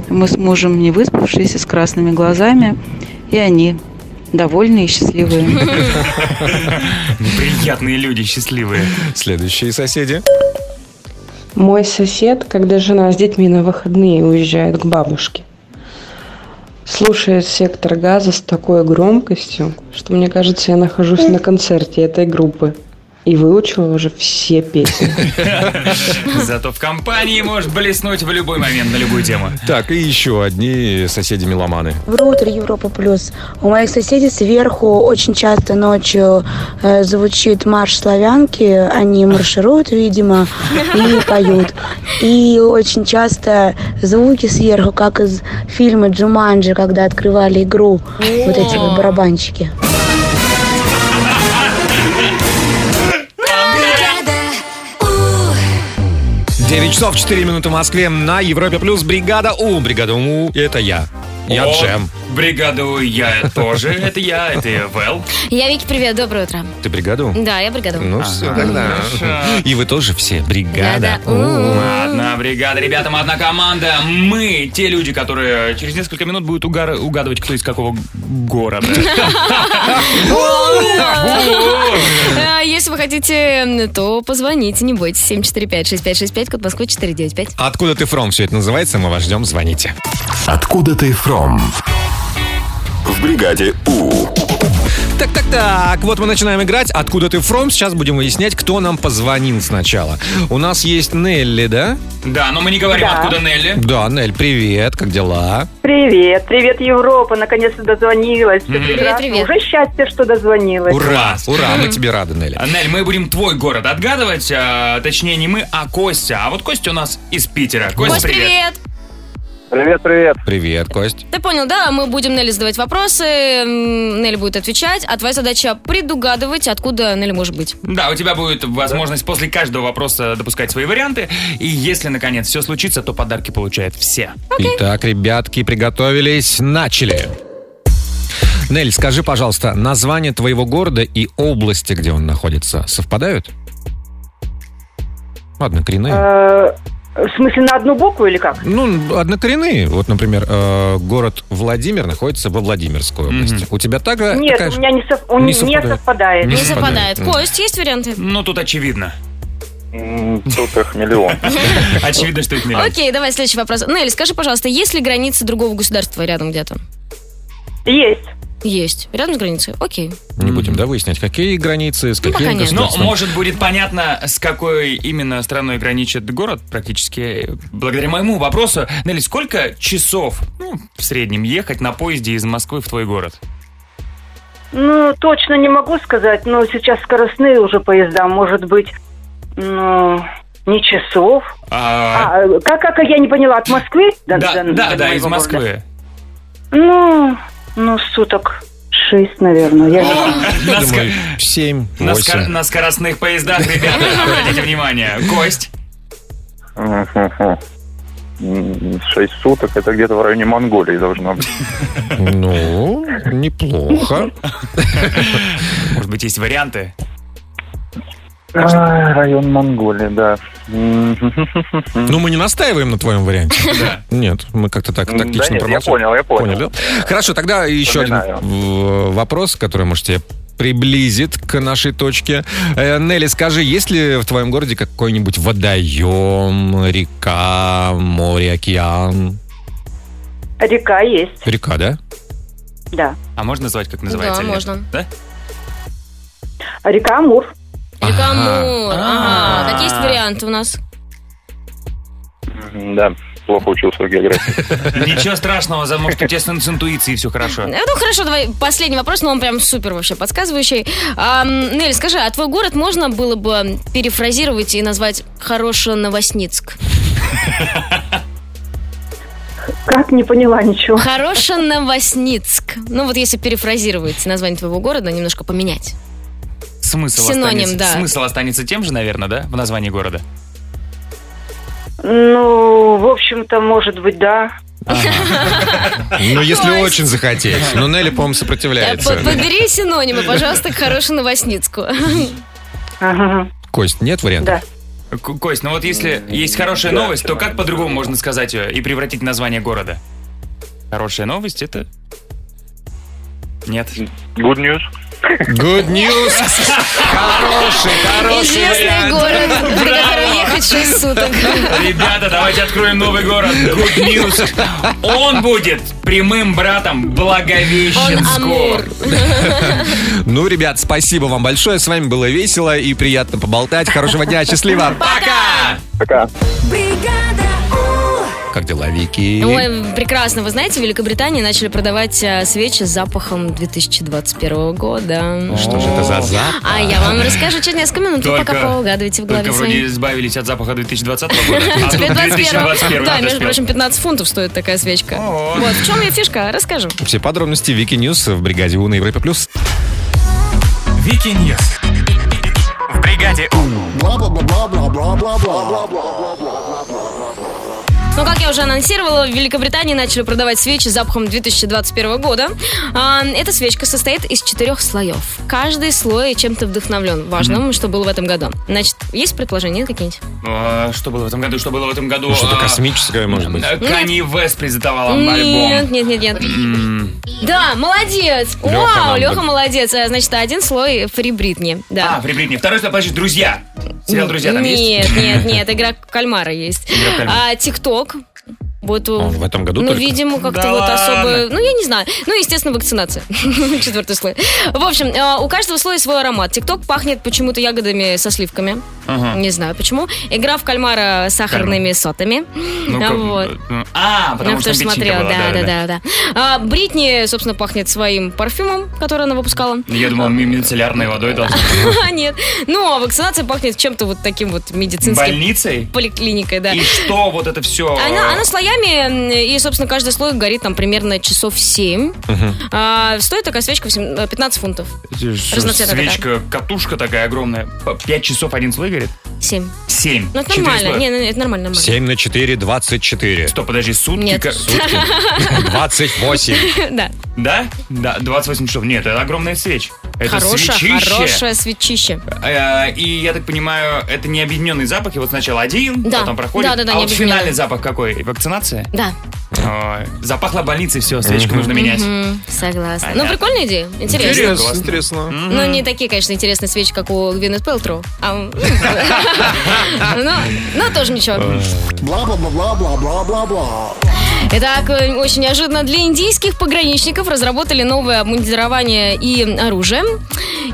мы с мужем не выспавшиеся, с красными глазами, и они довольные и счастливые.
Неприятные люди, счастливые.
Следующие соседи.
Мой сосед, когда жена с детьми на выходные уезжает к бабушке, слушает сектор газа с такой громкостью, что мне кажется, я нахожусь на концерте этой группы и выучила уже все песни.
Зато в компании можешь блеснуть в любой момент на любую тему.
Так, и еще одни соседи-меломаны.
Доброе утро, Европа Плюс. У моих соседей сверху очень часто ночью э, звучит марш славянки. Они маршируют, видимо, и поют. И очень часто звуки сверху, как из фильма «Джуманджи», когда открывали игру, вот эти вот барабанщики.
Девять часов четыре минуты в Москве на Европе Плюс. Бригада У. Бригада У. Это я. Я
О,
Джем.
Бригаду я тоже. Это я, это я, Вэл.
Я Вики, привет, доброе утро.
Ты бригаду?
Да, я бригаду.
Ну все, тогда.
хорошо.
И вы тоже все. Бригада.
Да, да.
У.
Одна бригада, ребята, мы одна команда. Мы те люди, которые через несколько минут будут угар- угадывать, кто из какого города.
Э, Если вы хотите, то позвоните, не бойтесь. 745-6565, код Москвы 495.
Откуда ты фром? Все это называется. Мы вас ждем. Звоните.
Откуда ты фром? В бригаде У.
Так, так, так. Вот мы начинаем играть. Откуда ты фром? Сейчас будем выяснять, кто нам позвонил сначала. У нас есть Нелли, да?
Да, но мы не говорим,
Да.
откуда Нелли.
Да, Нель, привет. Как дела?
Привет, привет, Европа, наконец-то дозвонилась. Всё
Мгм. Привет,
прекрасно. Уже счастье, что дозвонилась.
Ура, ура, мы тебе рады, Нелли.
А, Нель, мы будем твой город отгадывать, а, точнее не мы, а Костя. А вот Костя у нас из Питера. Костя,
Кость, привет!
Привет, привет. Привет, Кость.
Ты понял, да? Мы будем Нелли задавать вопросы, м, Нелли будет отвечать, а твоя задача предугадывать, откуда Нелли может быть.
Да, у тебя будет возможность после каждого вопроса допускать свои варианты. И если, наконец, все случится, то подарки получают все.
Итак, ребятки, приготовились, начали. Нель, скажи, пожалуйста, название твоего города и области, где он находится, совпадают? Однокоренные.
Э, В смысле, на одну букву или как?
Ну, однокоренные. Вот, например, э, город Владимир находится во Владимирской области. У тебя также
Нет,
Э, такая
у
же-
меня не, сов- у-
Не
не
совпадает.
совпадает.
Не
Не
совпадает.
совпадает. Кость, есть варианты?
Ну, тут очевидно.
Тут их миллион.
Очевидно, что их миллион.
Окей, давай следующий вопрос. Нелли, скажи, пожалуйста, есть ли границы другого государства рядом где-то?
Есть.
Есть. Рядом с границей? Окей.
Не будем, да, выяснять, какие границы,
Ну,
с
пока
какими
нет.
Но,
государствами.
Ну, может, будет понятно, с какой именно страной граничит город практически. Благодаря моему вопросу, Нелли, сколько часов ну, в среднем ехать на поезде из Москвы в твой город?
Ну, точно не могу сказать, но сейчас скоростные уже поезда, может быть, ну, не часов.
А,
А, э, как, как я не поняла, от Москвы? до-
да,
до-
да,
до
да,
моего
из Москвы.
города? Ну, ну, суток шесть, наверное. Я...
На ска-
Семь,
на
восемь.
ска- На скоростных поездах, ребята, обратите внимание. Кость.
Шесть суток, это где-то в районе Монголии должно быть.
Ну, неплохо.
Может быть, есть варианты?
А, район Монголии, да.
Ну, мы не настаиваем на твоем варианте.
Да.
Нет, мы как-то так
Да нет,
тактично
я
промолчали.
понял, я понял.
да? Хорошо, тогда еще один
Вспоминаю.
в- вопрос, который, может, тебя приблизит к нашей точке. Э, Нелли, скажи, есть ли в твоем городе какой-нибудь водоем, река, море, океан?
Река есть,
Река, да?
да.
А можно назвать, как называется?
Да,
или нет?
можно.
Да?
Река Амур.
Река Амур.
Ага.
Ага. Так есть варианты у нас?
Да, плохо учился в географии.
Ничего страшного, за- может, у тебя с с интуицией все хорошо.
Э, Ну хорошо, давай последний вопрос, но он прям супер вообще подсказывающий. Ам, Нелли, скажи, а твой город можно было бы перефразировать и назвать «Хороший Новосницк»?
Как, не поняла ничего.
«Хороший Новосницк». Ну вот если перефразировать название твоего города, немножко поменять.
Смысл
Синоним,
останется.
да.
Смысл останется тем же, наверное, да? В названии города.
Ну, в общем-то, может быть, да.
Ну, если очень захотеть. Но Нелли, по-моему,
Э,
сопротивляется.
по- Подбери синонимы, пожалуйста, к «Хорошему Новосницку».
Ага.
Кость, нет вариантов?
Да. К- Кость, ну вот если есть хорошая новость, то как по-другому можно сказать ее и превратить в название города? Хорошая новость это... Нет. Good news.
Good news. Хороший,
хороший
Известный
вариант.
город, при котором ехать 6 суток.
Ребята, давайте откроем новый город. Good news. Он будет прямым братом Благовещенского.
Ну, ребят, спасибо вам большое. С вами было весело и приятно поболтать. Хорошего дня, счастливо.
Пока!
Пока.
Бригада У.
Как дела, Вики?
Ой, прекрасно. Вы знаете, в Великобритании начали продавать э, свечи с запахом 2021 года.
Что же это за запах?
А я вам расскажу через несколько минут. Вы
Только-
пока поугадывайте в голове
Только вроде
своей.
избавились от запаха 2020 года. А
Теперь
тут
21.
2021.
Да,
а,
между
ты
прочим, 15 фунтов стоит такая свечка. Вот, в чем ее фишка? Расскажу.
Все подробности Вики Ньюс в бригаде У на Европе Плюс.
Вики Ньюс. В бригаде
Ну, как я уже анонсировала, в Великобритании начали продавать свечи с запахом 2021 года. А, Эта свечка состоит из четырех слоев. Каждый слой чем-то вдохновлен. Важным, что было в этом году. Значит, есть предположения какие-нибудь?
А, Что было в этом году? Что было в этом году?
Что-то
А,
космическое, может быть.
э, Kanye West презентовал
Нет,
альбом.
нет, нет, нет.
М,
Да, молодец!
Лёха
Вау,
нам
Леха
дал.
молодец. А, Значит, один слой фри Бритни. Да.
А, при Бритни. Второй слой, подожди, друзья. Сериал «Друзья» там
нет,
есть?
Нет, нет, игра кальмара есть.
Игра в кальмара.
А, ТикТок. Вот,
Он в этом году
ну,
только?
видимо, как-то
Да
вот
ладно.
особо... Ну, я не знаю. Ну, естественно, вакцинация. Четвертый слой. В общем, э, у каждого слоя свой аромат. Тикток пахнет почему-то ягодами со сливками.
Ага.
Не знаю почему. Игра в кальмара с сахарными сотами.
Ну-ка,
Вот.
э, А, потому
Ну,
что
кто ж
там
смотрел,
печенька была,
да, да, да, да. А, Бритни, собственно, пахнет своим парфюмом, который она выпускала.
Я думал, ми- мицеллярной водой должно
Нет. Ну, а вакцинация пахнет чем-то вот таким вот медицинским.
Больницей?
Поликлиникой, да.
И что вот это все?
Она, она слоями, м, и, собственно, каждый слой горит там примерно часов 7. А, стоит такая свечка восем- э, 15 фунтов. разноцветная
Свечка, катушка такая огромная. П- Пять часов один слой горит?
7.
Семь.
Ну, это
Четыре
нормально.
слоя.
Не, ну, это нормально, нормально.
7 на 4, 24.
Стоп, подожди, сутки?
Нет.
ка- сутки?
28.
Да.
Да? Да, 28 часов. Нет, это огромная свечь. Это
Хорошая,
свечище.
хорошее свечище.
Э, И я так понимаю, это не объединенные запахи. Вот сначала один,
Да.
потом проходит.
Да-да-да,
а
не
вот
объединенные.
финальный запах какой? Вакцинация?
Да.
Ой, Запахло больницей, все, свечку нужно менять.
Мгм, Согласна.
Понятно.
Ну, прикольная идея. Интересно.
Интересно, интересно.
Ну, не такие, конечно, интересные свечи, как у Гвинет Пелтро. А, м, ну, Но тоже ничего.
Бла-бла-бла-бла-бла-бла-бла.
Итак, э, очень неожиданно для индийских пограничников разработали новое обмундирование и оружие.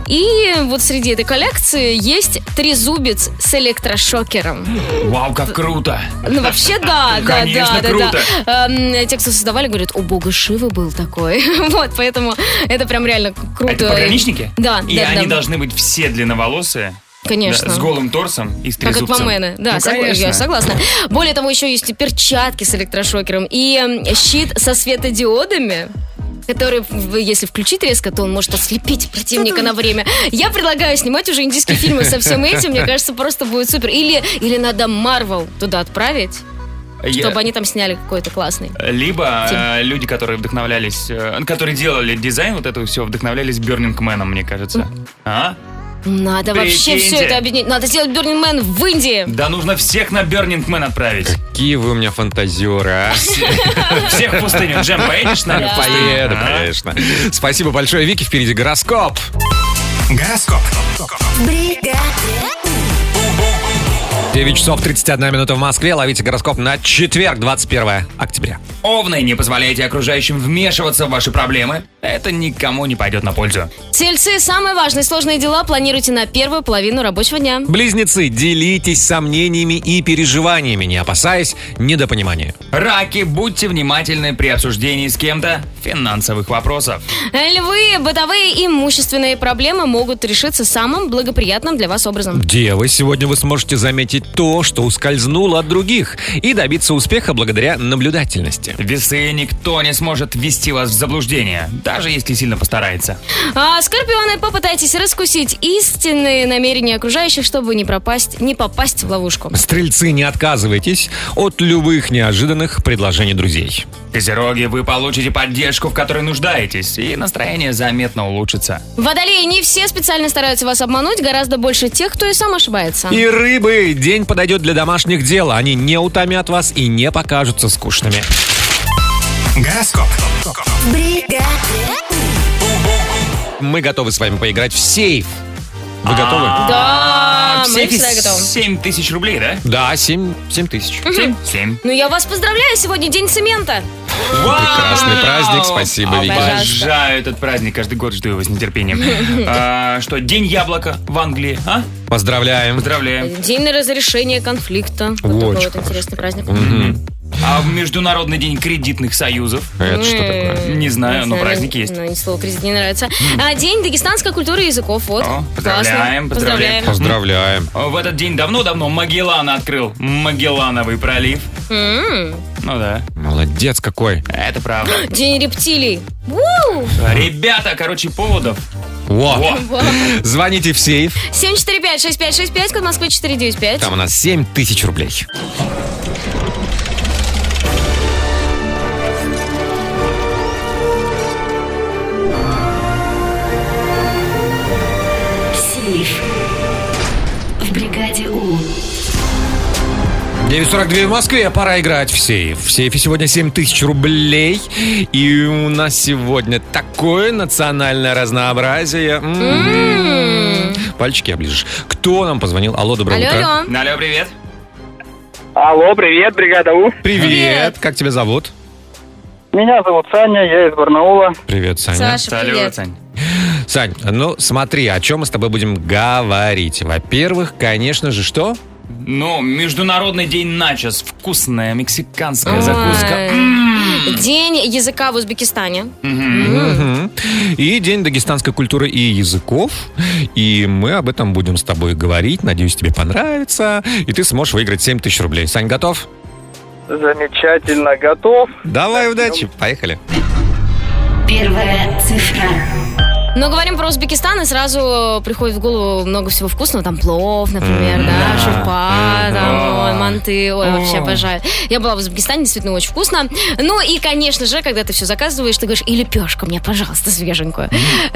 И вот среди этой коллекции есть трезубец с электрошокером.
Вау, как круто!
Ну, вообще, да, да,
Конечно,
да, да,
круто.
да. Эм, Те, кто создавали, говорят, у бога Шивы был такой. Вот, поэтому это прям реально круто.
Это пограничники?
э, Да,
И
да,
они
да.
должны быть все длинноволосые.
Конечно.
Да, с голым торсом и с
Как
трезубцем.
аквамены, да,
Ну,
согла-
конечно.
я согласна. Более того, еще есть и перчатки с электрошокером и эм, щит со светодиодами который, в- если включить резко, то он может ослепить противника на время. Я предлагаю снимать уже индийские фильмы со всем этим. Мне кажется, просто будет супер. Или, или надо Марвел туда отправить,
Я-
чтобы они там сняли какой-то классный.
Либо
Тим.
э, люди, которые вдохновлялись, э, которые делали дизайн вот этого все, вдохновлялись Burning Man, мне кажется. А?
Надо вообще
Прикиньте.
все это объединить. Надо сделать Burning Man в Индии.
Да нужно всех на Burning Man отправить.
Какие вы у меня фантазеры, а?
Всех в пустыню. Джем, поедешь с нами в пустыню?
Поеду,
А?
конечно. Спасибо большое, Вики. Впереди гороскоп. Гороскоп.
Бригада
9 часов 31 минута в Москве. Ловите гороскоп на четверг, 21 октября.
Овны, не позволяйте окружающим вмешиваться в ваши проблемы. Это никому не пойдет на пользу.
Тельцы, самые важные сложные дела планируйте на первую половину рабочего дня.
Близнецы, делитесь сомнениями и переживаниями, не опасаясь недопонимания.
Раки, будьте внимательны при обсуждении с кем-то финансовых вопросов.
Львы, бытовые и имущественные проблемы могут решиться самым благоприятным для вас образом.
Девы, сегодня вы сможете заметить то, что ускользнуло от других, и добиться успеха благодаря наблюдательности.
Весы никто не сможет ввести вас в заблуждение, даже если сильно постарается.
А, скорпионы, попытайтесь раскусить истинные намерения окружающих, чтобы не пропасть, не попасть в ловушку.
Стрельцы, не отказывайтесь от любых неожиданных предложений друзей.
Козероги, вы получите поддержку, в которой нуждаетесь, и настроение заметно улучшится.
Водолеи, не все специально стараются вас обмануть, гораздо больше тех, кто и сам ошибается.
И рыбы! День подойдет для домашних дел. Они не утомят вас и не покажутся скучными.
Гороскоп.
бригада,
Мы готовы с вами поиграть в сейф. Вы готовы?
Да,
А,
мы
всякие
всегда готовы.
7 тысяч рублей, да?
Да, 7, семь тысяч.
Мгм.
Семь.
Ну, я вас поздравляю, сегодня день цемента.
Прекрасный праздник, спасибо, Вики.
Обожаю этот праздник, каждый год жду его с нетерпением. А, Что, день яблока в Англии, а?
Поздравляем.
Поздравляем.
День на разрешение конфликта.
Очень
Вот такой вот
хорошо.
интересный праздник.
А в Международный день кредитных союзов?
Это что
такое?
Не знаю, но
знаю,
праздник есть.
Ну, ни слово кредит не нравится. А, день дагестанской культуры и языков. Вот.
Поздравляем,
Классно.
поздравляем.
Поздравляем.
В этот день давно-давно Магеллан открыл Магеллановый пролив.
М.
Ну да.
Молодец какой.
Это правда.
День рептилий. Ву!
Ребята, короче, поводов.
Во.
Во.
Звоните в сейф.
745-6565, код Москвы 495.
Там у нас 7 тысяч рублей.
Сейф. В бригаде У.
9.42 в Москве, пора играть в сейф. В сейфе сегодня 7 тысяч рублей. И у нас сегодня такое национальное разнообразие. М. Пальчики оближешь. Кто нам позвонил? Алло, доброе
Алло,
утро.
алло. Алло, привет.
Алло, привет, бригада У.
Привет. Как тебя зовут?
Меня зовут Саня, я из Барнаула.
Привет, Саня.
Саша, Салют, привет.
Сань. ну смотри, о чем мы с тобой будем говорить. Во-первых, конечно же, что?
Ну, Международный день начос. Вкусная мексиканская закуска.
Ой. День языка в Узбекистане.
Мгм. И День дагестанской культуры и языков. И мы об этом будем с тобой говорить. Надеюсь, тебе понравится. И ты сможешь выиграть 7 тысяч рублей. Сань, готов?
Замечательно, готов.
Давай, удачи. Поехали.
Первая цифра.
Но говорим про Узбекистан, и сразу приходит в голову много всего вкусного. Там плов, например, да, шурпа, там, ой, манты. Ой, вообще обожаю. Я была в Узбекистане, действительно очень вкусно. Ну и, конечно же, когда ты все заказываешь, ты говоришь, и лепешку мне, пожалуйста, свеженькую.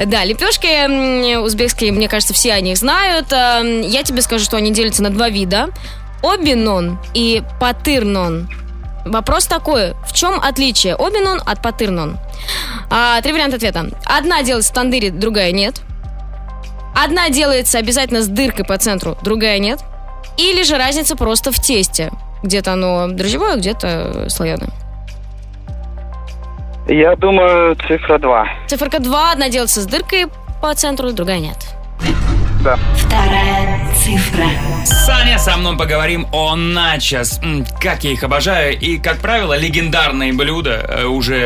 Да, лепешки м, узбекские, мне кажется, все о них знают. Эм, Я тебе скажу, что они делятся на два вида. Обинон и патырнон. Вопрос такой, в чем отличие обинон от патырнон? А, три варианта ответа. Одна делается в тандыре, другая нет. Одна делается обязательно с дыркой по центру, другая нет. Или же разница просто в тесте. Где-то оно дрожжевое, где-то слоеное.
Я думаю, цифра 2.
Циферка 2, одна делается с дыркой по центру, другая нет.
Да.
Вторая цифра.
Саня, со мной поговорим о начос. М, Как я их обожаю. И, как правило, легендарные блюда э, уже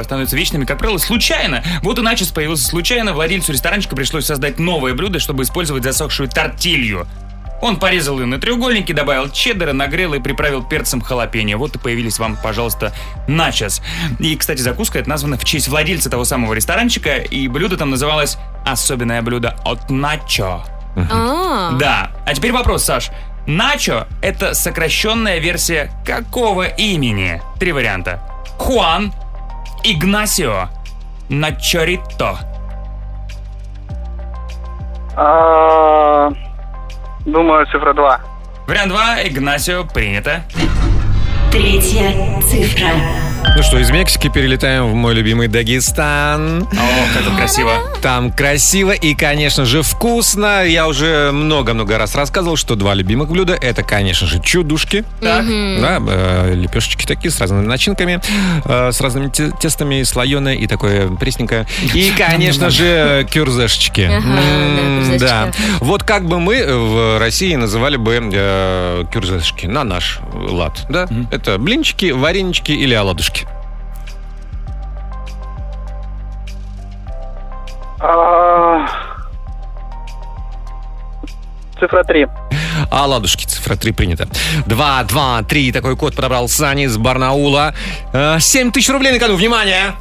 э, становятся вечными, как правило, случайно. Вот и начос появился случайно. Владельцу ресторанчика пришлось создать новое блюдо, чтобы использовать засохшую тортилью. Он порезал ее на треугольники, добавил чеддера, нагрел и приправил перцем халапеньо. Вот и появились вам, пожалуйста, начос. И, кстати, закуска это названа в честь владельца того самого ресторанчика, и блюдо там называлось «Особенное блюдо от начо».
А.
Да. А теперь вопрос, Саш. Начо – это сокращенная версия какого имени? Три варианта. Хуан, Игнасио, Начорито.
А, Думаю, цифра 2.
Вариант 2. Игнасио принято.
Третья цифра.
Ну что, из Мексики перелетаем в мой любимый Дагестан.
О, как тут красиво.
Там красиво и, конечно же, вкусно. Я уже много-много раз рассказывал, что два любимых блюда это, конечно же, чудушки. Да, э, лепешечки такие с разными начинками, э, с разными те- тестами, слоеное и такое пресненькое. И, конечно же, кюрзешечки.
Ага,
М,
да, кюрзешечки.
Да. Вот как бы мы в России называли бы э, кюрзешечки на наш лад. Да? Это блинчики, варенички или оладушки.
а, Цифра 3.
А ладушки, цифра 3 принята. 2, 2, 3. Такой код подобрал Сани из Барнаула. 7 тысяч рублей на кону. Внимание!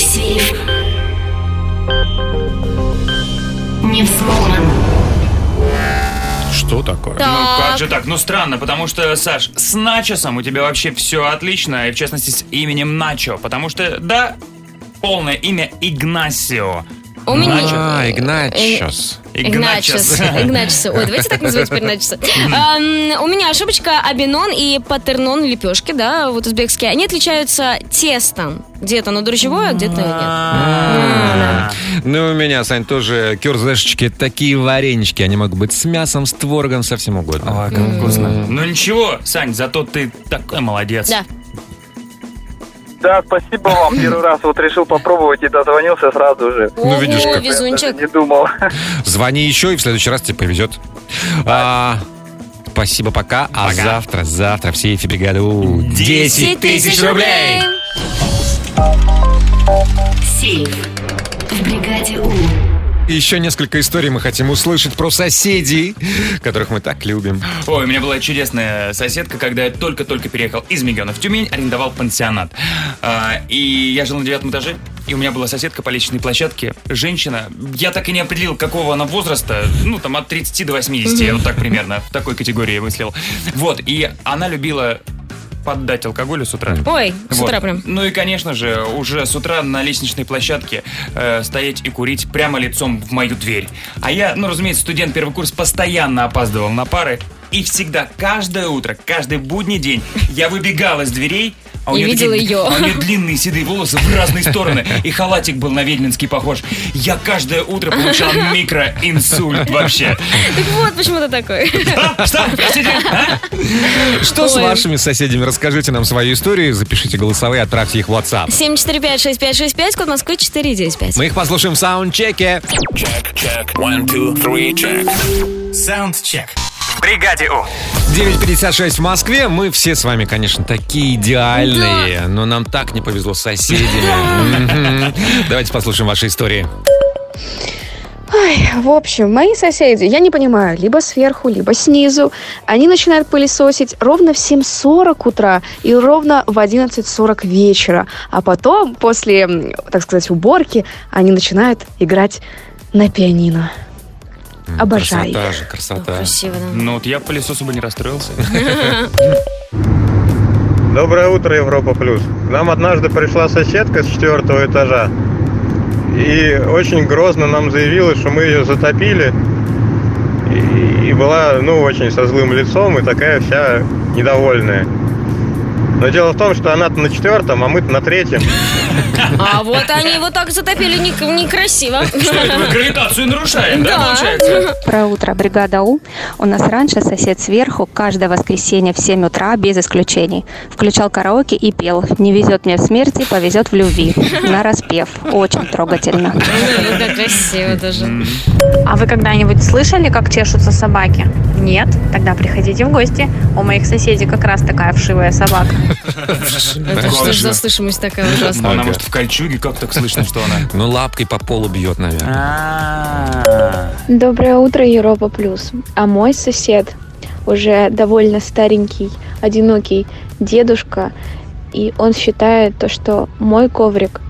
Сейф. Не в
Что такое?
Ну как же так? Ну странно, потому что, Саш, с начосом у тебя вообще все отлично, и в частности с именем Начо, потому что, да, полное имя Игнасио.
У меня-
А, Игначос.
Игначес. Игначес. Ой, давайте так назовем теперь Игначеса. Эм, У меня ошибочка абинон и патернон лепешки, да, вот узбекские. Они отличаются тестом. Где-то оно дрожжевое, а где-то
М-м.
А.
нет.
Ну, и у меня, Сань, тоже кюрзешечки, такие варенички. Они могут быть с мясом, с творогом, со всем угодно.
Ой, как вкусно. Ну ничего, Сань, зато ты такой молодец.
Да.
Да, спасибо вам. Первый раз вот решил попробовать и дозвонился сразу же.
Ну, видишь, как.
везунчик.
Не думал.
Звони еще, и в следующий раз тебе повезет. А, Спасибо, пока. А завтра, завтра в сейфе бригады У 10 тысяч рублей.
Сейф в бригаде У.
И Еще несколько историй мы хотим услышать про соседей, которых мы так любим.
Ой, у меня была чудесная соседка, когда я только-только переехал из Мегиона в Тюмень, арендовал пансионат. А, и я жил на девятом этаже, и у меня была соседка по личной площадке, женщина. Я так и не определил, какого она возраста, ну, там, от 30 до 80, я вот так примерно, в такой категории я мыслил. Вот, и она любила поддать алкоголю с утра.
Ой, с
Вот.
утра прям.
Ну и, конечно же, уже с утра на лестничной площадке э, стоять и курить прямо лицом в мою дверь. А я, ну, разумеется, студент первый курс, постоянно опаздывал на пары. И всегда, каждое утро, каждый будний день я выбегал из дверей, а у
И
нее
видела
такие-
ее.
а у нее длинные седые волосы в разные стороны. И халатик был на ведьминский похож. Я каждое утро получал микроинсульт вообще.
Так вот почему ты такой.
Что? Простите? а?
Что с
Ой.
вашими соседями? Расскажите нам свою историю, запишите голосовые, отправьте их в WhatsApp.
745-6565, код Москвы 495.
Мы их послушаем в саундчеке.
Чек, one, two, three, check. Саундчек. В бригаде У.
9.56 в Москве. Мы все с вами, конечно, такие идеальные, но нам так не повезло с соседями. Мгм. Давайте послушаем ваши истории.
Ой, в общем, мои соседи, я не понимаю, либо сверху, либо снизу, они начинают пылесосить ровно в 7.40 утра и ровно в 11.40 вечера. А потом, после, м, так сказать, уборки, они начинают играть на пианино. Обожаю.
Красота
же, красота.
Красиво,
Ну вот я по лесу бы не расстроился.
Доброе утро, Европа Плюс. К нам однажды пришла соседка с четвертого этажа и очень грозно нам заявила, что мы ее затопили. И, и была, ну, очень со злым лицом и такая вся недовольная. Но дело в том, что она на четвертом, а мы-то на третьем.
А вот они его так затопили нек- некрасиво.
Гравитацию нарушаем, да,
Да.
получается?
Про утро, бригада У. У нас раньше сосед сверху каждое воскресенье в 7 утра без исключений. Включал караоке и пел «Не везет мне в смерти, повезет в любви». На распев. Очень трогательно.
Ну да, красиво даже.
А вы когда-нибудь слышали, как чешутся собаки? Нет? Тогда приходите в гости. У моих соседей как раз такая вшивая собака.
Это что ж за слышимость такая ужасная?
Она, может, в кольчуге, как так слышно, что она?
Ну, лапкой по полу бьет,
наверное.
Доброе утро, Европа Плюс. А мой сосед уже довольно старенький, одинокий дедушка, и он считает то, что мой коврик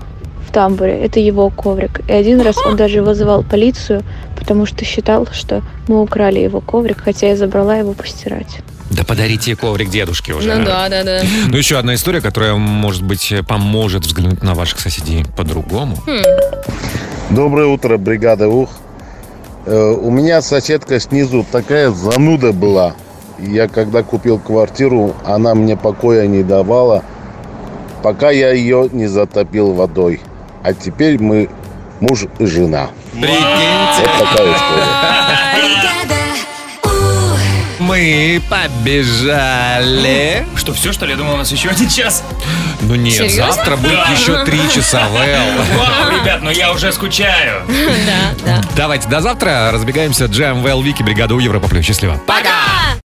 в тамбуре – это его коврик. И один раз он даже вызывал полицию, потому что считал, что мы украли его коврик, хотя я забрала его постирать.
Да подарите коврик дедушке уже.
А. Ну да, да, да.
Ну, еще одна история, которая, может быть, поможет взглянуть на ваших соседей по-другому.
Хм.
Доброе утро, бригада Ух. Э, У меня соседка снизу такая зануда была. Я когда купил квартиру, она мне покоя не давала, пока я ее не затопил водой. А теперь мы муж и жена. Вот такая история.
Мы побежали.
Что, все, что ли? Я думал, у нас еще один час.
Ну нет,
Серьезно?
завтра будет
Да.
еще три часа, Вэл.
Вау, ребят, ну я уже скучаю.
Да, да.
Давайте до завтра. Разбегаемся. Джем, Вэл, Вики, бригада у Европа Плюс. Счастливо.
Пока!